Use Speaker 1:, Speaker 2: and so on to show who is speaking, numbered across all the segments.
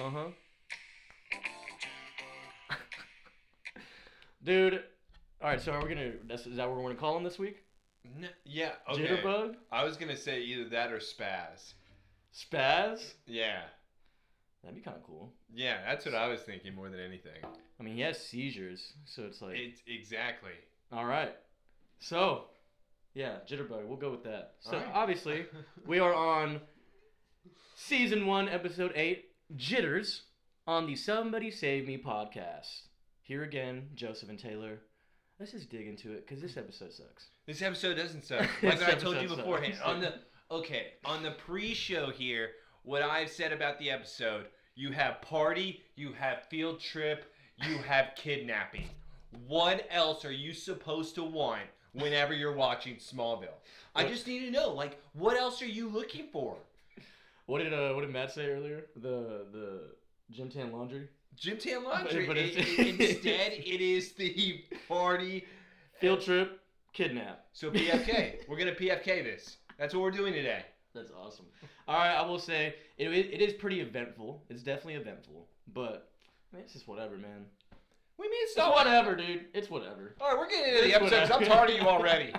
Speaker 1: Uh huh. Dude, all right. So are we gonna? That's, is that what we're gonna call him this week?
Speaker 2: N- yeah. Okay.
Speaker 1: Jitterbug,
Speaker 2: I was gonna say either that or spaz.
Speaker 1: spaz.
Speaker 2: Yeah.
Speaker 1: That'd be kind of cool.
Speaker 2: Yeah, that's what I was thinking more than anything.
Speaker 1: I mean, he has seizures, so it's like,
Speaker 2: It's exactly.
Speaker 1: all right. So, yeah, Jitterbug. We'll go with that. So
Speaker 2: All right.
Speaker 1: obviously, we are on season one, episode eight, Jitters, on the Somebody Save Me podcast. Here again, Joseph and Taylor. Let's just dig into it because this episode sucks.
Speaker 2: This episode doesn't suck.
Speaker 1: This
Speaker 2: Like I told
Speaker 1: episode
Speaker 2: you
Speaker 1: sucks.
Speaker 2: beforehand. On the okay, on the pre-show here, what I've said about the episode, you have party, you have field trip, you have kidnapping. What else are you supposed to want whenever you're watching Smallville? I
Speaker 1: What-
Speaker 2: just need to know, like, what else are you looking for?
Speaker 1: What did uh, what did Matt say earlier? The the gym tan laundry
Speaker 2: Gym tan laundry.
Speaker 1: But it's-
Speaker 2: I- i- instead, it is the party.
Speaker 1: field trip kidnap.
Speaker 2: So PFK, we're gonna PFK this. That's what we're doing today.
Speaker 1: That's awesome. All right, I will say it, it, it is pretty eventful. It's definitely eventful, but I mean, it's just whatever, man.
Speaker 2: We mean
Speaker 1: It's whatever, dude. It's whatever.
Speaker 2: All right, we're getting into the
Speaker 1: It's
Speaker 2: episode 'cause I'm
Speaker 1: whatever.
Speaker 2: tired of you already.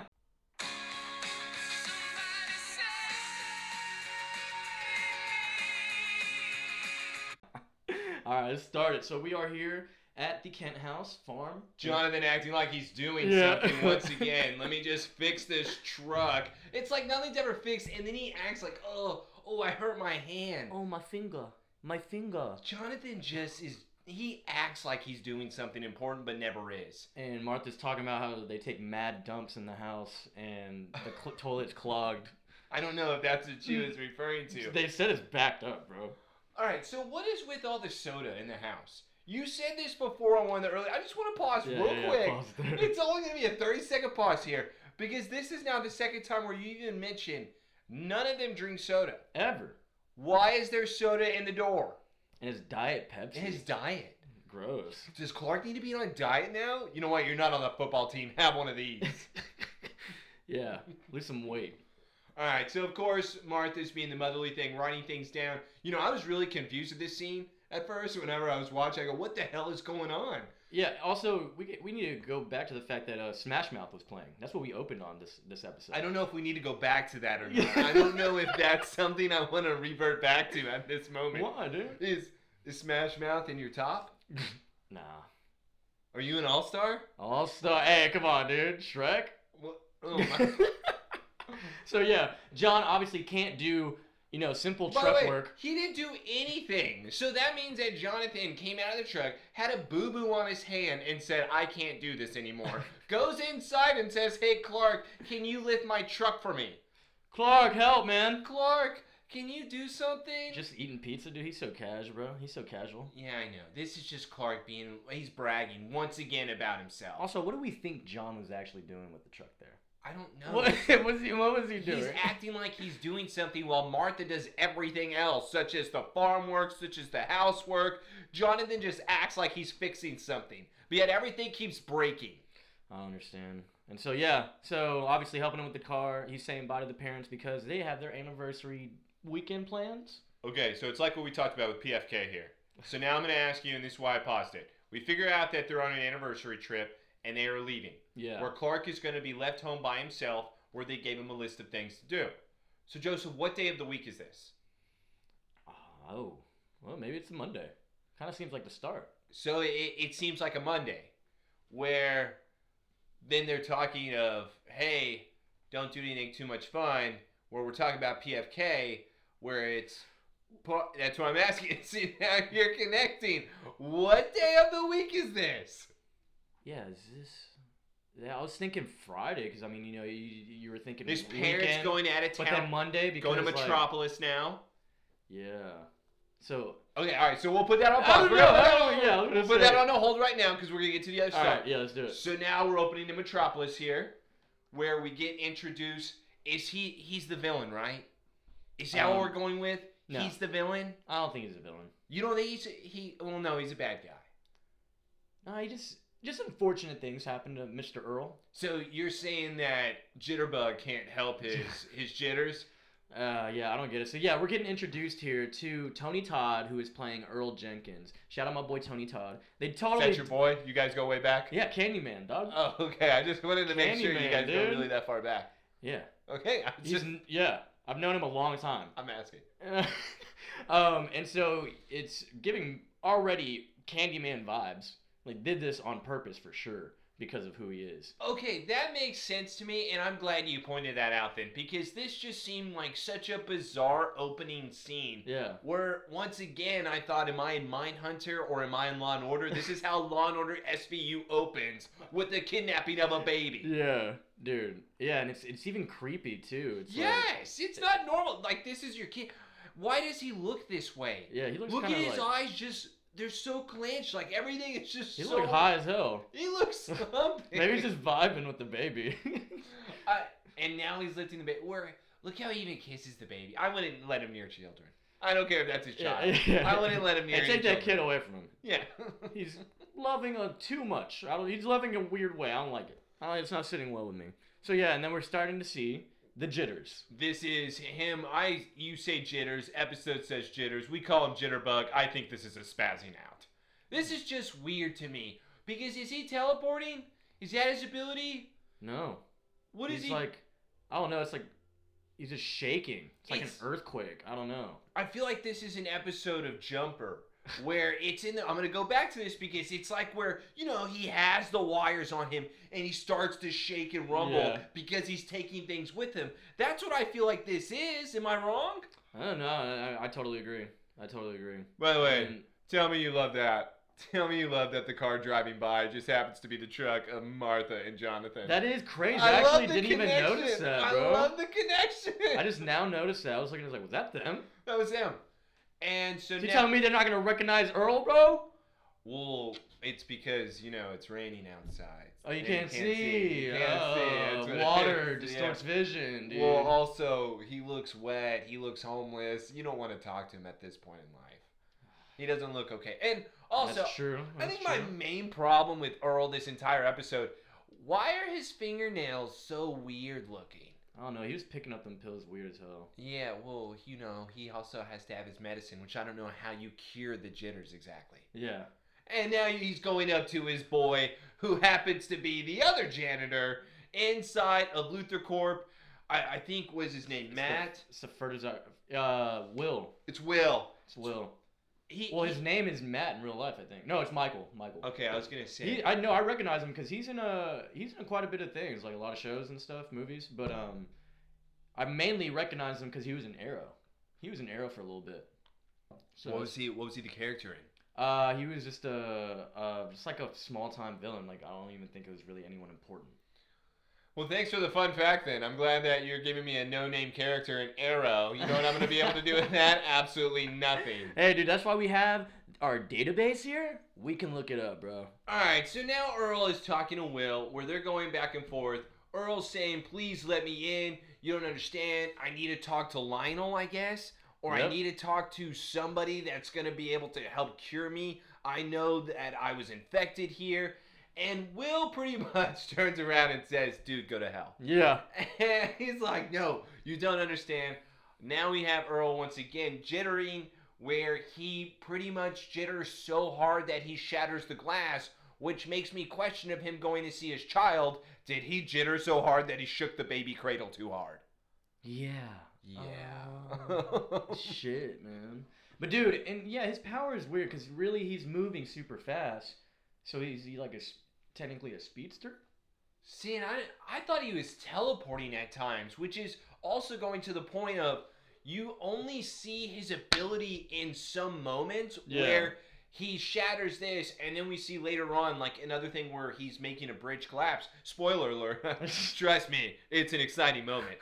Speaker 1: All right, let's start it. So we are here at the Kent House Farm.
Speaker 2: Jonathan acting like he's doing
Speaker 1: Yeah.
Speaker 2: something once again. Let me just fix this truck. It's like nothing's ever fixed, and then he acts like, oh, oh, I hurt my hand.
Speaker 1: Oh my finger, my finger.
Speaker 2: Jonathan just is. He acts like he's doing something important, but never is.
Speaker 1: And Martha's talking about how they take mad dumps in the house and the cl- toilet's clogged.
Speaker 2: I don't know if that's what she was referring to.
Speaker 1: They said it's backed up, bro.
Speaker 2: All right, so what is with all the soda in the house? You said this before on one of the earlier. I just want to pause real quick.
Speaker 1: pause there.
Speaker 2: It's only going to be a 30 second pause here because this is now the second time where you even mention none of them drink soda.
Speaker 1: Ever.
Speaker 2: Why is there soda in the door?
Speaker 1: And it's Diet Pepsi.
Speaker 2: His diet.
Speaker 1: gross.
Speaker 2: Does Clark need to be on a diet now? You know what? You're not on the football team. Have one of these.
Speaker 1: yeah, lose some weight.
Speaker 2: All right, so of course, Martha's being the motherly thing, writing things down. You know, I was really confused with this scene at first. Whenever I was watching, I go, what the hell is going on?
Speaker 1: Yeah. Also, we get- we need to go back to the fact that uh, Smash Mouth was playing. That's what we opened on this this episode.
Speaker 2: I don't know if we need to go back to that or not.
Speaker 1: Yeah.
Speaker 2: I don't know if that's something I want to revert back to at this moment.
Speaker 1: Why, dude?
Speaker 2: Is is Smash Mouth in your top?
Speaker 1: Nah.
Speaker 2: Are you an all star?
Speaker 1: All star. Hey, come on, dude. Shrek.
Speaker 2: Oh my.
Speaker 1: so yeah, John obviously can't do you know simple
Speaker 2: By
Speaker 1: truck
Speaker 2: the way,
Speaker 1: work.
Speaker 2: he didn't do anything. So that means that Jonathan came out of the truck, had a boo boo on his hand, and said, "I can't do this anymore." Goes inside and says, "Hey Clark, can you lift my truck for me?"
Speaker 1: Clark, help, man.
Speaker 2: Clark, can you do something?
Speaker 1: Just eating pizza, dude. He's so casual, bro. He's so casual.
Speaker 2: yeah, I know. This is just Clark being. He's bragging once again about himself.
Speaker 1: Also, what do we think John was actually doing with the truck there?
Speaker 2: I don't know.
Speaker 1: What was he? What was he
Speaker 2: He's acting like he's doing something while Martha does everything else, such as the farm work, such as the housework. Jonathan just acts like he's fixing something, but yet everything keeps breaking.
Speaker 1: I understand. And so yeah, so obviously helping him with the car, he's saying bye to the parents because they have their anniversary weekend plans.
Speaker 2: Okay, so it's like what we talked about with PFK here. So now I'm going to ask you, and this is why I paused it. We figure out that they're on an anniversary trip and they are leaving,
Speaker 1: Yeah.
Speaker 2: where Clark is going to be left home by himself, where they gave him a list of things to do. So, Joseph, what day of the week is this?
Speaker 1: Oh, well maybe it's Monday. Kind of seems like the start.
Speaker 2: So it, it seems like a Monday where then they're talking of, hey, don't do anything too much fun, where we're talking about PFK, where it's. pa- That's what I'm asking. See, now you're connecting. What day of the week is this?
Speaker 1: Yeah, is this? Yeah, I was thinking Friday because I mean you know you, you were thinking
Speaker 2: His
Speaker 1: weekend,
Speaker 2: parents going out of
Speaker 1: but then
Speaker 2: town,
Speaker 1: Monday because
Speaker 2: going to
Speaker 1: like,
Speaker 2: Metropolis now.
Speaker 1: yeah. So
Speaker 2: Okay, all right, so we'll put that on
Speaker 1: I
Speaker 2: pause.
Speaker 1: don't
Speaker 2: We're
Speaker 1: know,
Speaker 2: gonna-
Speaker 1: I don't- yeah, I was gonna
Speaker 2: We'll put that
Speaker 1: say.
Speaker 2: on a hold right now because we're going to get to the other
Speaker 1: all
Speaker 2: side.
Speaker 1: right, yeah, let's do it.
Speaker 2: So now we're opening to Metropolis here, where we get introduced. Is he? He's the villain, right? Is that
Speaker 1: Um,
Speaker 2: what we're going with?
Speaker 1: no.
Speaker 2: He's the villain.
Speaker 1: I don't think he's a villain.
Speaker 2: You don't think he's he? Well, no, he's a bad guy.
Speaker 1: No, he just just unfortunate things happened to Mr. Earl.
Speaker 2: So you're saying that Jitterbug can't help his his jitters?
Speaker 1: Uh, yeah, I don't get it. So yeah, we're getting introduced here to Tony Todd, who is playing Earl Jenkins. Shout out my boy Tony Todd. They
Speaker 2: Is
Speaker 1: totally
Speaker 2: that your boy? You guys go way back?
Speaker 1: yeah Candyman dog.
Speaker 2: Oh, okay. I just wanted to make sure you
Speaker 1: Candyman,
Speaker 2: guys go
Speaker 1: dude.
Speaker 2: really that far back.
Speaker 1: yeah,
Speaker 2: Okay, I'm
Speaker 1: he's
Speaker 2: just
Speaker 1: n- yeah. I've known him a long time.
Speaker 2: I'm asking.
Speaker 1: um, and so it's giving already Candyman vibes. Like did this on purpose for sure because of who he is.
Speaker 2: Okay, that makes sense to me, and I'm glad you pointed that out then, because this just seemed like such a bizarre opening scene.
Speaker 1: Yeah.
Speaker 2: Where once again I thought, am I in Mindhunter or am I in Law and Order? This is how Law and Order SVU opens with the kidnapping of a baby.
Speaker 1: Yeah, dude. Yeah, and it's it's even creepy too. It's like-
Speaker 2: Yes, it's not normal. Like this is your kid. Why does he look this way?
Speaker 1: yeah, he looks
Speaker 2: Look at
Speaker 1: kind of
Speaker 2: his
Speaker 1: like
Speaker 2: eyes. Just they're so clenched. Like everything is just
Speaker 1: he
Speaker 2: so.
Speaker 1: looked high as hell.
Speaker 2: He looks something.
Speaker 1: Maybe he's just vibing with the baby.
Speaker 2: I, and now he's lifting the baby. Where look how he even kisses the baby. I wouldn't let him near children. I don't care if that's his child. I wouldn't let him near.
Speaker 1: Hey,
Speaker 2: any
Speaker 1: take that kid
Speaker 2: children.
Speaker 1: away from him.
Speaker 2: Yeah.
Speaker 1: He's loving on too much. I don't, he's loving a weird way. I don't like it. I don't, it's not sitting well with me. So yeah, and then we're starting to see the jitters.
Speaker 2: This is him. I you say jitters. Episode says jitters. We call him jitterbug. I think this is a spazzing out. This is just weird to me because is he teleporting? Is that his ability?
Speaker 1: No,
Speaker 2: What is
Speaker 1: he's
Speaker 2: he?
Speaker 1: like, I don't know. It's like he's just shaking. It's like
Speaker 2: It's-
Speaker 1: an earthquake. I don't know.
Speaker 2: I feel like this is an episode of Jumper where it's in the. I'm gonna go back to this because it's like where you know he has the wires on him and he starts to shake and rumble
Speaker 1: Yeah.
Speaker 2: because he's taking things with him. That's what I feel like this is. Am I wrong?
Speaker 1: I don't know. I, I, I totally agree. I totally agree.
Speaker 2: By the
Speaker 1: And-
Speaker 2: Tell me you love that. Tell me you love that the car driving by just happens to be the truck of Martha and Jonathan.
Speaker 1: that is crazy.
Speaker 2: I
Speaker 1: I,
Speaker 2: love
Speaker 1: actually
Speaker 2: the
Speaker 1: didn't even
Speaker 2: connection.
Speaker 1: notice that, bro.
Speaker 2: I love the connection.
Speaker 1: I just now noticed that. I was looking. I was like, was that them?
Speaker 2: that was him. And so
Speaker 1: You
Speaker 2: now,
Speaker 1: telling me they're not gonna recognize Earl, bro?
Speaker 2: well, it's because you know it's raining outside.
Speaker 1: Oh, you
Speaker 2: And
Speaker 1: can't, see.
Speaker 2: You can't
Speaker 1: oh,
Speaker 2: see. That's what it
Speaker 1: water
Speaker 2: is. Yeah.
Speaker 1: distorts vision, dude.
Speaker 2: Well, also he looks wet. He looks homeless. You don't want to talk to him at this point in life. He doesn't look okay. And also,
Speaker 1: That's true.
Speaker 2: I
Speaker 1: That's
Speaker 2: think my
Speaker 1: true.
Speaker 2: main problem with Earl this entire episode, why are his fingernails so weird looking?
Speaker 1: I don't know. He was picking up them pills weird as hell.
Speaker 2: Yeah, well, you know, he also has to have his medicine, which I don't know how you cure the jitters exactly.
Speaker 1: Yeah.
Speaker 2: And now he's going up to his boy, who happens to be the other janitor inside of Luther Corp. I, I think was his name Matt.
Speaker 1: It's the first- Uh, Will.
Speaker 2: It's Will.
Speaker 1: It's Will.
Speaker 2: He,
Speaker 1: Well,
Speaker 2: he-
Speaker 1: his name is Matt in real life, I think. No, it's Michael. Michael.
Speaker 2: okay, I was gonna say.
Speaker 1: He, I know. I recognize him because he's in a he's in quite a bit of things, like a lot of shows and stuff, movies. But um, I mainly recognize him because he was an Arrow. He was an Arrow for a little bit. So
Speaker 2: what was he? What was he the character in?
Speaker 1: Uh, he was just a, uh, just like a small time villain. Like I don't even think it was really anyone important.
Speaker 2: Well, thanks for the fun fact then. I'm glad that you're giving me a no name character in Arrow. You know what I'm going to be able to do with that? Absolutely nothing.
Speaker 1: Hey, dude, that's why we have our database here. We can look it up, bro.
Speaker 2: All right, so now Earl is talking to Will, where they're going back and forth. Earl's saying, Please let me in. You don't understand. I need to talk to Lionel, I guess. Or I
Speaker 1: Yep.
Speaker 2: need to talk to somebody that's going to be able to help cure me. I know that I was infected here. And Will pretty much turns around and says, Dude, go to hell.
Speaker 1: Yeah.
Speaker 2: And he's like, no, you don't understand. Now we have Earl once again jittering, where he pretty much jitters so hard that he shatters the glass, which makes me question of him going to see his child. Did he jitter so hard that he shook the baby cradle too hard?
Speaker 1: Yeah.
Speaker 2: Yeah.
Speaker 1: Oh. Shit, man. But dude, and yeah, his power is weird because really he's moving super fast. So he's he like a s- technically a speedster.
Speaker 2: See, and I, I thought he was teleporting at times, which is also going to the point of you only see his ability in some moments
Speaker 1: Yeah.
Speaker 2: where he shatters this, and then we see later on, like another thing where he's making a bridge collapse. Spoiler alert. Trust me, it's an exciting moment.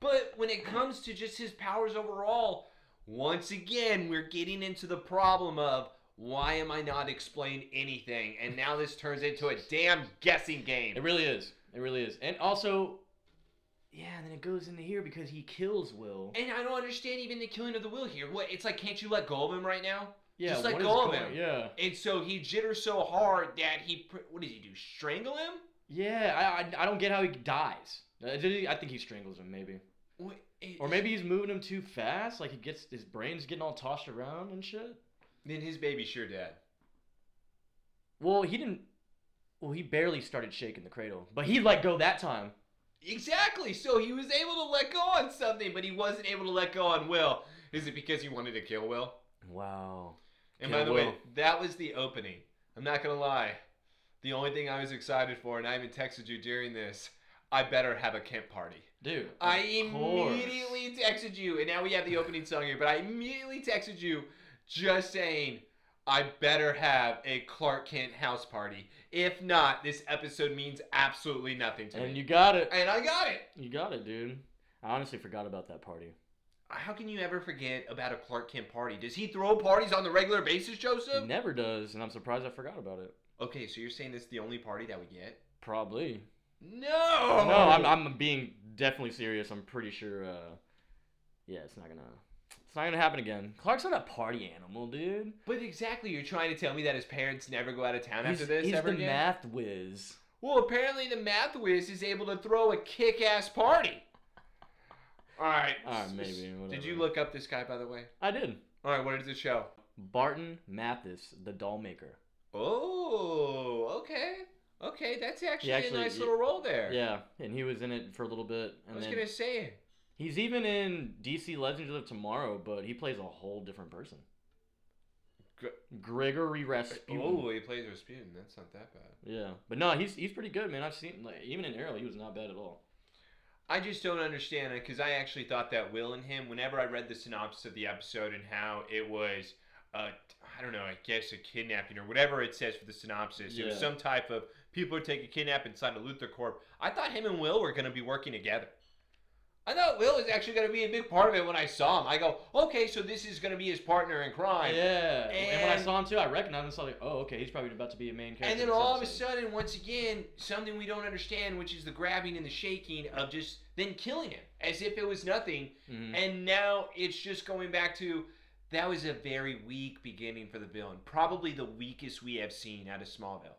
Speaker 2: But when it comes to just his powers overall, once again, we're getting into the problem of why am I not explained anything? And now this turns into a damn guessing game.
Speaker 1: It really is. It really is. And also, yeah, and then it goes into here because he kills Will.
Speaker 2: And I don't understand even the killing of the will here. What it's like? Can't you let go of him right now?
Speaker 1: Yeah,
Speaker 2: Just let
Speaker 1: what is
Speaker 2: go of
Speaker 1: going-
Speaker 2: him.
Speaker 1: Yeah.
Speaker 2: And so he jitters so hard that he pr- what did he do? Strangle him?
Speaker 1: Yeah, I, I, I don't get how he dies. Uh, did he- I think he strangles him, maybe.
Speaker 2: Wh- it-
Speaker 1: Or maybe he's moving him too fast. Like he gets his brain's getting all tossed around and shit.
Speaker 2: then his baby's sure dead.
Speaker 1: Well, he didn't. Well, he barely started shaking the cradle, but he let go that time.
Speaker 2: Exactly. So he was able to let go on something, but he wasn't able to let go on Will. Is it because he wanted to kill Will?
Speaker 1: Wow.
Speaker 2: And
Speaker 1: Kill
Speaker 2: by the way,
Speaker 1: Will.
Speaker 2: that was the opening. I'm not gonna lie. The only thing I was excited for, and I even texted you during this, I better have a camp party.
Speaker 1: Dude. of
Speaker 2: I
Speaker 1: course.
Speaker 2: immediately texted you, and now we have the opening song here, but I immediately texted you just saying, I better have a Clark Kent house party. If not, this episode means absolutely nothing to
Speaker 1: And
Speaker 2: me.
Speaker 1: you got it.
Speaker 2: and I got it.
Speaker 1: You got it, dude. I honestly forgot about that party.
Speaker 2: How can you ever forget about a Clark Kent party? Does he throw parties on the regular basis, Joseph?
Speaker 1: He never does, and I'm surprised I forgot about it.
Speaker 2: Okay, so you're saying this is the only party that we get?
Speaker 1: Probably.
Speaker 2: No!
Speaker 1: No, I'm, I'm being definitely serious. I'm pretty sure. Uh, yeah, it's not gonna. It's not gonna happen again. Clark's not a party animal, dude.
Speaker 2: But exactly, you're trying to tell me that his parents never go out of town
Speaker 1: he's
Speaker 2: after this
Speaker 1: he's
Speaker 2: ever
Speaker 1: the
Speaker 2: again?
Speaker 1: math whiz.
Speaker 2: Well, apparently the math whiz is able to throw a kick-ass party. All right.
Speaker 1: All right, Ah, maybe,
Speaker 2: Did
Speaker 1: whatever.
Speaker 2: you look up this guy, by the way?
Speaker 1: I did.
Speaker 2: All right, what is the show?
Speaker 1: Barton Mathis, the doll maker.
Speaker 2: Oh, okay, okay. That's actually,
Speaker 1: actually-
Speaker 2: a nice
Speaker 1: he-
Speaker 2: little role there.
Speaker 1: Yeah, and he was in it for a little bit,
Speaker 2: I
Speaker 1: and
Speaker 2: was
Speaker 1: then
Speaker 2: gonna say.
Speaker 1: he's even in DC Legends of Tomorrow, but he plays a whole different person.
Speaker 2: Gr-
Speaker 1: Gregory Rasputin.
Speaker 2: Oh, he plays Rasputin. That's not that bad.
Speaker 1: Yeah, but no, he's he's pretty good, man. I've seen like even in Arrow, he was not bad at all.
Speaker 2: I just don't understand it because I actually thought that Will and him, whenever I read the synopsis of the episode and how it was, uh, I don't know, I guess a kidnapping or whatever it says for the synopsis, it was
Speaker 1: Yeah.
Speaker 2: some type of people are taking kidnap inside of Luther Corp. I thought him and Will were going to be working together. I thought Will was actually going to be a big part of it when I saw him. I go, okay, so this is going to be his partner in crime.
Speaker 1: Yeah, and when I
Speaker 2: And-
Speaker 1: saw him too, I recognized him. So I was like, oh, okay, he's probably about to be a main character.
Speaker 2: And then
Speaker 1: this
Speaker 2: all of a
Speaker 1: episode.
Speaker 2: sudden, once again, something we don't understand, which is the grabbing and the shaking of just then killing him as if it was nothing.
Speaker 1: Mhm.
Speaker 2: And now it's just going back to that was a very weak beginning for the villain. Probably the weakest we have seen out of Smallville.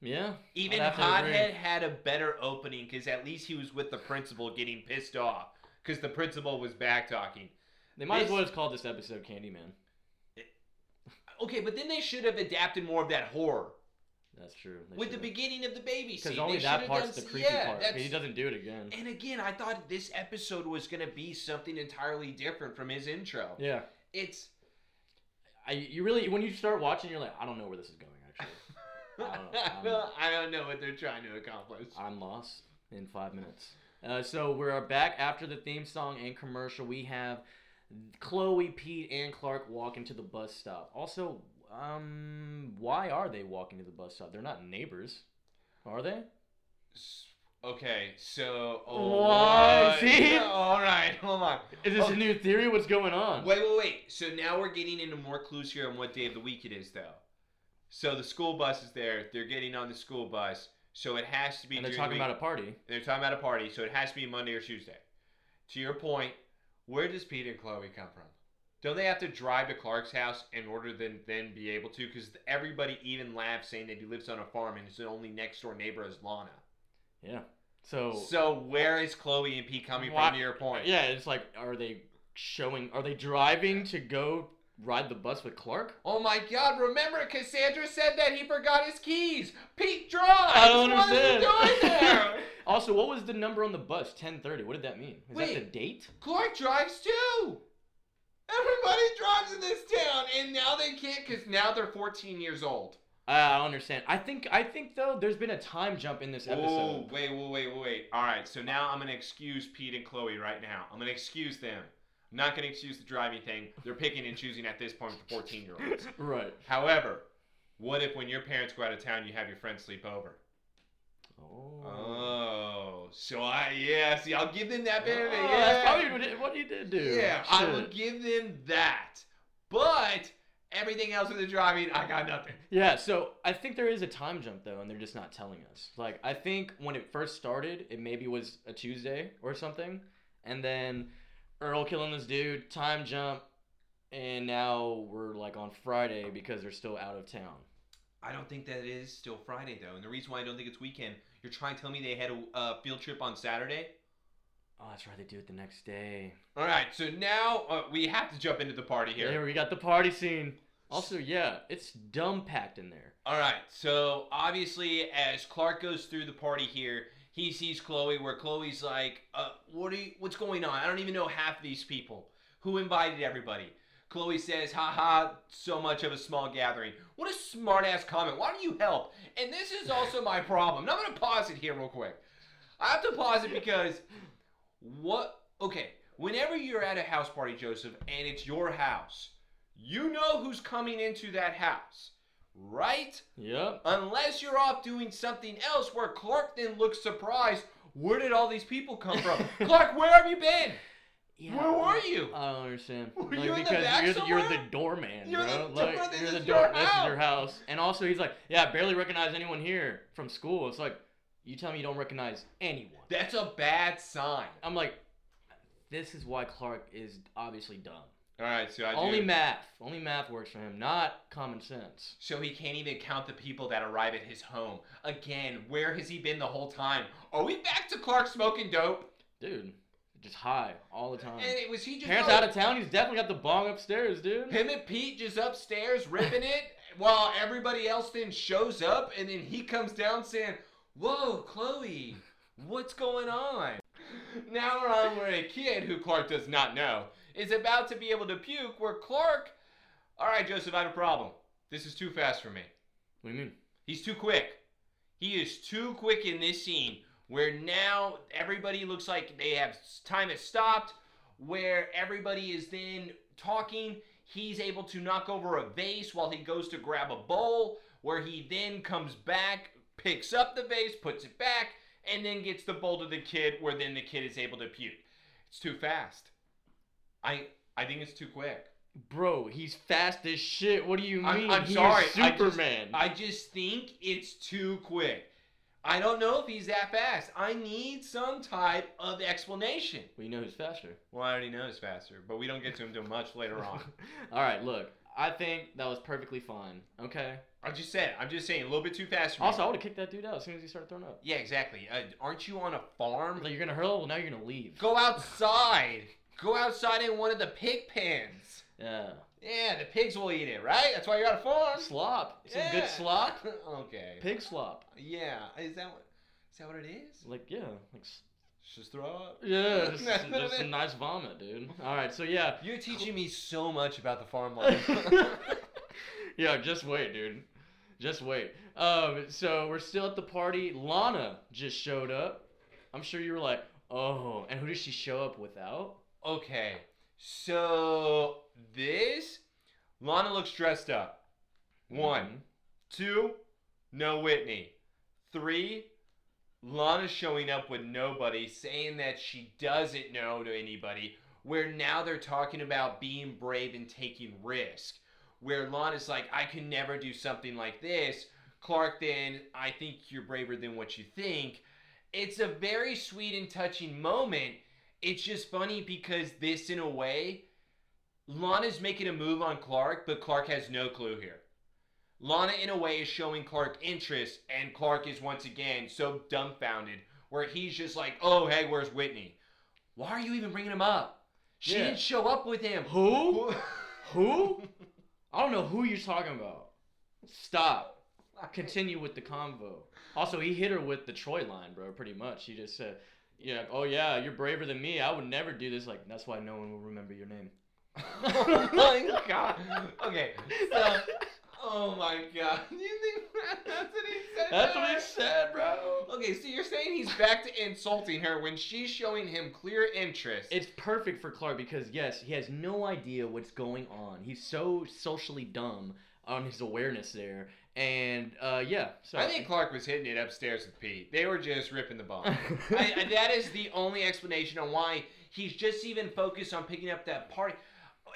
Speaker 1: yeah,
Speaker 2: Even
Speaker 1: I'd have to agree.
Speaker 2: Hothead had a better opening because at least he was with the principal getting pissed off because the principal was back talking.
Speaker 1: they might as
Speaker 2: This-
Speaker 1: well just call this episode Candyman.
Speaker 2: Okay, but then they should have adapted more of that horror
Speaker 1: That's true. They
Speaker 2: with the
Speaker 1: should've-
Speaker 2: beginning of the baby scene.
Speaker 1: Because
Speaker 2: They
Speaker 1: only
Speaker 2: should
Speaker 1: that
Speaker 2: have
Speaker 1: part's
Speaker 2: done-
Speaker 1: the creepy
Speaker 2: yeah,
Speaker 1: part. 'cause
Speaker 2: that's-
Speaker 1: He doesn't do it again.
Speaker 2: And again, I thought this episode was going to be something entirely different from his intro.
Speaker 1: Yeah,
Speaker 2: It's
Speaker 1: I, you really when you start watching, you're like, I don't know where this is going. Actually, I don't know. I'm-
Speaker 2: Well, I don't know what they're trying to accomplish.
Speaker 1: I'm lost in five minutes. Uh, so we're back after the theme song and commercial. We have Chloe, Pete, and Clark walking to the bus stop. Also, um, why are they walking to the bus stop? They're not neighbors, are they?
Speaker 2: S- Okay, so oh,
Speaker 1: Why?
Speaker 2: what?
Speaker 1: See?
Speaker 2: All right, hold on.
Speaker 1: Is this
Speaker 2: Oh.
Speaker 1: a new theory? What's going on?
Speaker 2: Wait, wait, wait. So now we're getting into more clues here on what day of the week it is, though. So the school bus is there. They're getting on the school bus. So it has to be.
Speaker 1: And they're
Speaker 2: during the
Speaker 1: talking
Speaker 2: week-
Speaker 1: about a party.
Speaker 2: They're talking about a party. So it has to be Monday or Tuesday. To your point, where does Pete and Chloe come from? Don't they have to drive to Clark's house in order to then then be able to? Because everybody even laughs saying that he lives on a farm and his only next door neighbor is Lana.
Speaker 1: Yeah. So,
Speaker 2: So where is Chloe and Pete coming
Speaker 1: Why-
Speaker 2: from to your point?
Speaker 1: Oh. yeah, it's like, are they showing? Are they driving to go ride the bus with Clark?
Speaker 2: Oh my god, remember Cassandra said that he forgot his keys. Pete drives.
Speaker 1: I don't
Speaker 2: what What is he
Speaker 1: understand.
Speaker 2: doing there?
Speaker 1: Also, what was the number on the bus? Ten thirty. What did that mean? Is
Speaker 2: Wait.
Speaker 1: that the date?
Speaker 2: Clark drives too. Everybody drives in this town and now they can't cuz now they're 14 years old.
Speaker 1: I don't understand. I think I think though there's been a time jump in this
Speaker 2: Oh,
Speaker 1: episode.
Speaker 2: wait, wait, wait, wait. All right, so now I'm going to excuse Pete and Chloe right now. I'm going to excuse them. I'm not going to excuse the driving thing. They're picking and choosing at this point with the 14-year-olds.
Speaker 1: Right.
Speaker 2: However, what if when your parents go out of town, you have your friends sleep over?
Speaker 1: Oh.
Speaker 2: Oh, so I yeah. See, I'll give them that benefit.
Speaker 1: Oh,
Speaker 2: yeah,
Speaker 1: That's probably what he- what he did do.
Speaker 2: yeah. I will
Speaker 1: Shit.
Speaker 2: give them that. But everything else with the driving, I got nothing.
Speaker 1: Yeah, so I think there is a time jump though, and they're just not telling us. Like I think when it first started, it maybe was a Tuesday or something, and then Earl killing this dude, time jump, and now we're like on Friday because they're still out of town.
Speaker 2: I don't think that it is still Friday though, and the reason why I don't think it's weekend, you're trying to tell me they had a uh, field trip on Saturday.
Speaker 1: Oh, that's right. They do it the next day.
Speaker 2: All right, so now uh, we have to jump into the party here.
Speaker 1: There we got the party scene. Also, yeah, it's dumb packed in there.
Speaker 2: All right, so obviously, as Clark goes through the party here, he sees Chloe, where Chloe's like, uh, "What are you, What's going on? I don't even know half these people. Who invited everybody?" Chloe says, "Ha ha! So much of a small gathering. What a smart ass comment. Why do you help?" And this is also my problem. Now I'm gonna pause it here real quick. I have to pause it because what? Okay, whenever you're at a house party, Joseph, and it's your house, you know who's coming into that house, right?
Speaker 1: Yep.
Speaker 2: Unless you're off doing something else where Clark then looks surprised. Where did all these people come from? Clark, where have you been? Where were you?
Speaker 1: I don't understand.
Speaker 2: Were you in the
Speaker 1: because
Speaker 2: back
Speaker 1: you're, you're the
Speaker 2: somewhere?
Speaker 1: doorman,
Speaker 2: You're
Speaker 1: bro.
Speaker 2: the
Speaker 1: like,
Speaker 2: door- this
Speaker 1: you're the
Speaker 2: is
Speaker 1: door.
Speaker 2: your
Speaker 1: This is your
Speaker 2: house.
Speaker 1: house. And also, he's like, yeah, I barely recognize anyone here from school. It's like, you tell me you don't recognize anyone.
Speaker 2: That's a bad sign.
Speaker 1: I'm like, this is why Clark is obviously dumb.
Speaker 2: All right, so I
Speaker 1: Only
Speaker 2: do.
Speaker 1: math. Only math works for him, not common sense.
Speaker 2: so he can't even count the people that arrive at his home. Again, where has he been the whole time? Are we back to Clark smoking dope?
Speaker 1: Dude, just high all the time.
Speaker 2: And it was he just
Speaker 1: Parents out of town, he's definitely got the bong upstairs, dude.
Speaker 2: him and Pete just upstairs ripping it while everybody else then shows up and then he comes down saying, Whoa, Chloe, what's going on? Now we're on where a kid who Clark does not know is about to be able to puke where Clark All right, Joseph, I have a problem. This is too fast for me.
Speaker 1: What do you mean?
Speaker 2: He's too quick. He is too quick in this scene where now everybody looks like they have time has stopped, where everybody is then talking. He's able to knock over a vase while he goes to grab a bowl, where he then comes back, picks up the vase, puts it back, and then gets the bowl to the kid, where then the kid is able to puke. It's too fast. I I think it's too quick.
Speaker 1: Bro, he's fast as shit. What do you mean?
Speaker 2: I'm- I'm
Speaker 1: He is
Speaker 2: sorry, I just-
Speaker 1: Superman.
Speaker 2: I just think it's too quick. I don't know if he's that fast. I need some type of explanation.
Speaker 1: We know who's faster.
Speaker 2: Well, I already know it's faster, but we don't get to him until much later on.
Speaker 1: All right, look. I think that was perfectly fine. Okay.
Speaker 2: I just said, I'm just saying, a little bit too fast for me.
Speaker 1: Also, I would have kicked that dude out as soon as he started throwing up.
Speaker 2: yeah, exactly. Uh, aren't you on a
Speaker 1: I was
Speaker 2: farm?
Speaker 1: Like you're gonna hurl. Well, now you're gonna leave.
Speaker 2: Go outside. Go outside in one of the pig pens.
Speaker 1: Yeah.
Speaker 2: Yeah, the pigs will eat it, right? That's why you're on a farm.
Speaker 1: Slop. Some
Speaker 2: Yeah.
Speaker 1: good slop.
Speaker 2: okay.
Speaker 1: Pig slop.
Speaker 2: Yeah, is that what? Is that what it is?
Speaker 1: Like yeah. Like s-
Speaker 2: Just throw up.
Speaker 1: yeah. Just, just some nice vomit, dude. All right. So yeah.
Speaker 2: You're teaching me so much about the farm life.
Speaker 1: yeah. Just wait, dude. Just wait. Um. So we're still at the party. Lana just showed up. I'm sure you were like, oh. And who did she show up without?
Speaker 2: okay, so this Lana looks dressed up. One, two, no Whitney. Three, Lana showing up with nobody, saying that she doesn't know to anybody. Where now they're talking about being brave and taking risk. Where Lana's like, I can never do something like this. Clark then, I think you're braver than what you think. It's a very sweet and touching moment. It's just funny because this, in a way, Lana's making a move on Clark, but Clark has no clue here. Lana, in a way, is showing Clark interest, and Clark is once again so dumbfounded where he's just like, oh, hey, where's Whitney? Why are you even bringing him up? She
Speaker 1: Yeah.
Speaker 2: didn't show up with him.
Speaker 1: Who? Who? I don't know who you're talking about. Stop. Continue with the convo. Also, he hit her with the Troy line, bro, pretty much. He just said, yeah, oh yeah, you're braver than me. I would never do this. Like, that's why no one will remember your name.
Speaker 2: oh my god. Okay. So, oh my god. You think that's what he said?
Speaker 1: That's
Speaker 2: to
Speaker 1: what
Speaker 2: her?
Speaker 1: he said, bro.
Speaker 2: Okay, so you're saying he's back to insulting her when she's showing him clear interest.
Speaker 1: It's perfect for Clark because, yes, he has no idea what's going on. He's so socially dumb on his awareness there. And, uh, yeah. So
Speaker 2: I think Clark was hitting it upstairs with Pete. They were just ripping the bomb. I, I- that is the only explanation on why he's just even focused on picking up that party.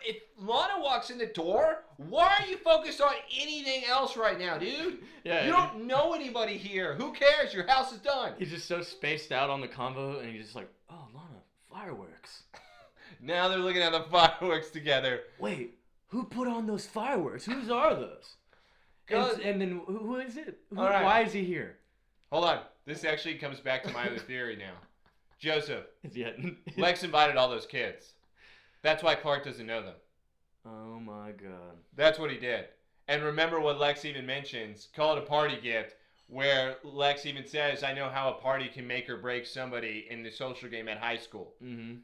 Speaker 2: If Lana walks in the door, why are you focused on anything else right now, dude?
Speaker 1: yeah,
Speaker 2: You don't know anybody here. Who cares? Your house is done.
Speaker 1: He's just so spaced out on the combo, and he's just like, "Oh, Lana, fireworks!
Speaker 2: Now they're looking at the fireworks together.
Speaker 1: Wait, who put on those fireworks? Whose are those?" And,
Speaker 2: Go-
Speaker 1: and then who, who is it? Who,
Speaker 2: All right.
Speaker 1: Why is he here?
Speaker 2: Hold on. This actually comes back to my other theory now. Joseph,
Speaker 1: Yeah.
Speaker 2: Lex invited all those kids. That's why Clark doesn't know them.
Speaker 1: oh my god.
Speaker 2: That's what he did. And remember what Lex even mentions call it a party gift, where Lex even says, I know how a party can make or break somebody in the social game at high school.
Speaker 1: Mm-hmm.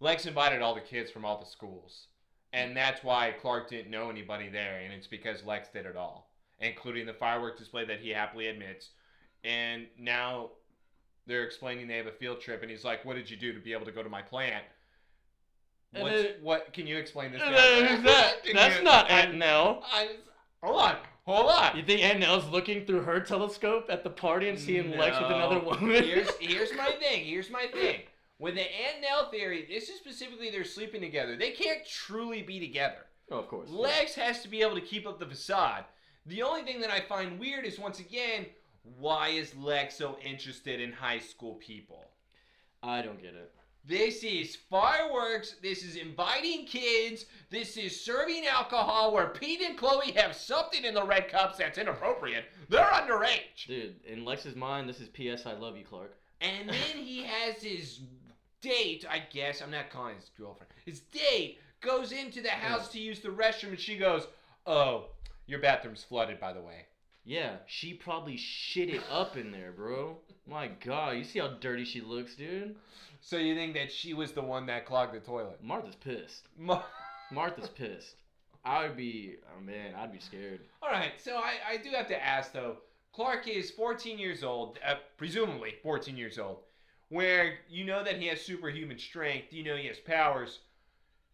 Speaker 2: Lex invited all the kids from all the schools. And that's why Clark didn't know anybody there, and it's because Lex did it all, including the firework display that he happily admits. And now they're explaining they have a field trip, and he's like, What did you do to be able to go to my plant?
Speaker 1: And
Speaker 2: What's,
Speaker 1: then-
Speaker 2: what can you explain this? now?"
Speaker 1: Who's that?
Speaker 2: Can
Speaker 1: That's
Speaker 2: you-
Speaker 1: not
Speaker 2: I-
Speaker 1: Aunt Nell.
Speaker 2: I just, hold on, hold
Speaker 1: You
Speaker 2: on.
Speaker 1: think Aunt Nell's looking through her telescope at the party and seeing Lex with
Speaker 2: No.
Speaker 1: another woman?
Speaker 2: here's here's my thing. Here's my thing. With the Aunt Nell theory, this is specifically they're sleeping together. They can't truly be together.
Speaker 1: oh, of course.
Speaker 2: Lex has to be able to keep up the facade. The only thing that I find weird is once again, why is Lex so interested in high school people?
Speaker 1: I don't get it.
Speaker 2: This is fireworks. This is inviting kids. This is serving alcohol where Pete and Chloe have something in the red cups that's inappropriate. They're underage.
Speaker 1: Dude, in Lex's mind, this is P.S. I love you, Clark.
Speaker 2: And then he has his date, I guess. I'm not calling his girlfriend. His date goes into the house to use the restroom, and she goes, Oh, your bathroom's flooded, by the way.
Speaker 1: Yeah, she probably shit it up in there, bro. My god, you see how dirty she looks, dude?
Speaker 2: So you think that she was the one that clogged the toilet?
Speaker 1: Martha's pissed.
Speaker 2: Mo-
Speaker 1: Martha's pissed. I would be, oh man, I'd be scared.
Speaker 2: All right, so I, I do have to ask, though. Clark is 14 years old, uh, presumably 14 years old, where you know that he has superhuman strength, you know he has powers.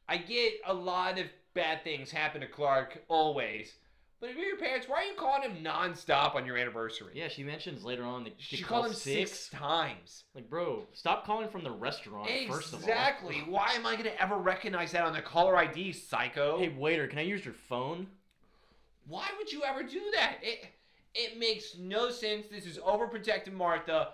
Speaker 2: I get a lot of bad things happen to Clark always, but if you're your parents, why are you calling him nonstop on your anniversary?
Speaker 1: Yeah, she mentions later on that
Speaker 2: she
Speaker 1: she
Speaker 2: called
Speaker 1: calls
Speaker 2: him six, times.
Speaker 1: Like, bro, stop calling from the restaurant, first of all.
Speaker 2: Exactly. Why am I going to ever recognize that on the caller ID, psycho?
Speaker 1: Hey, waiter, can I use your phone?
Speaker 2: Why would you ever do that? It it makes no sense. This is overprotective Martha,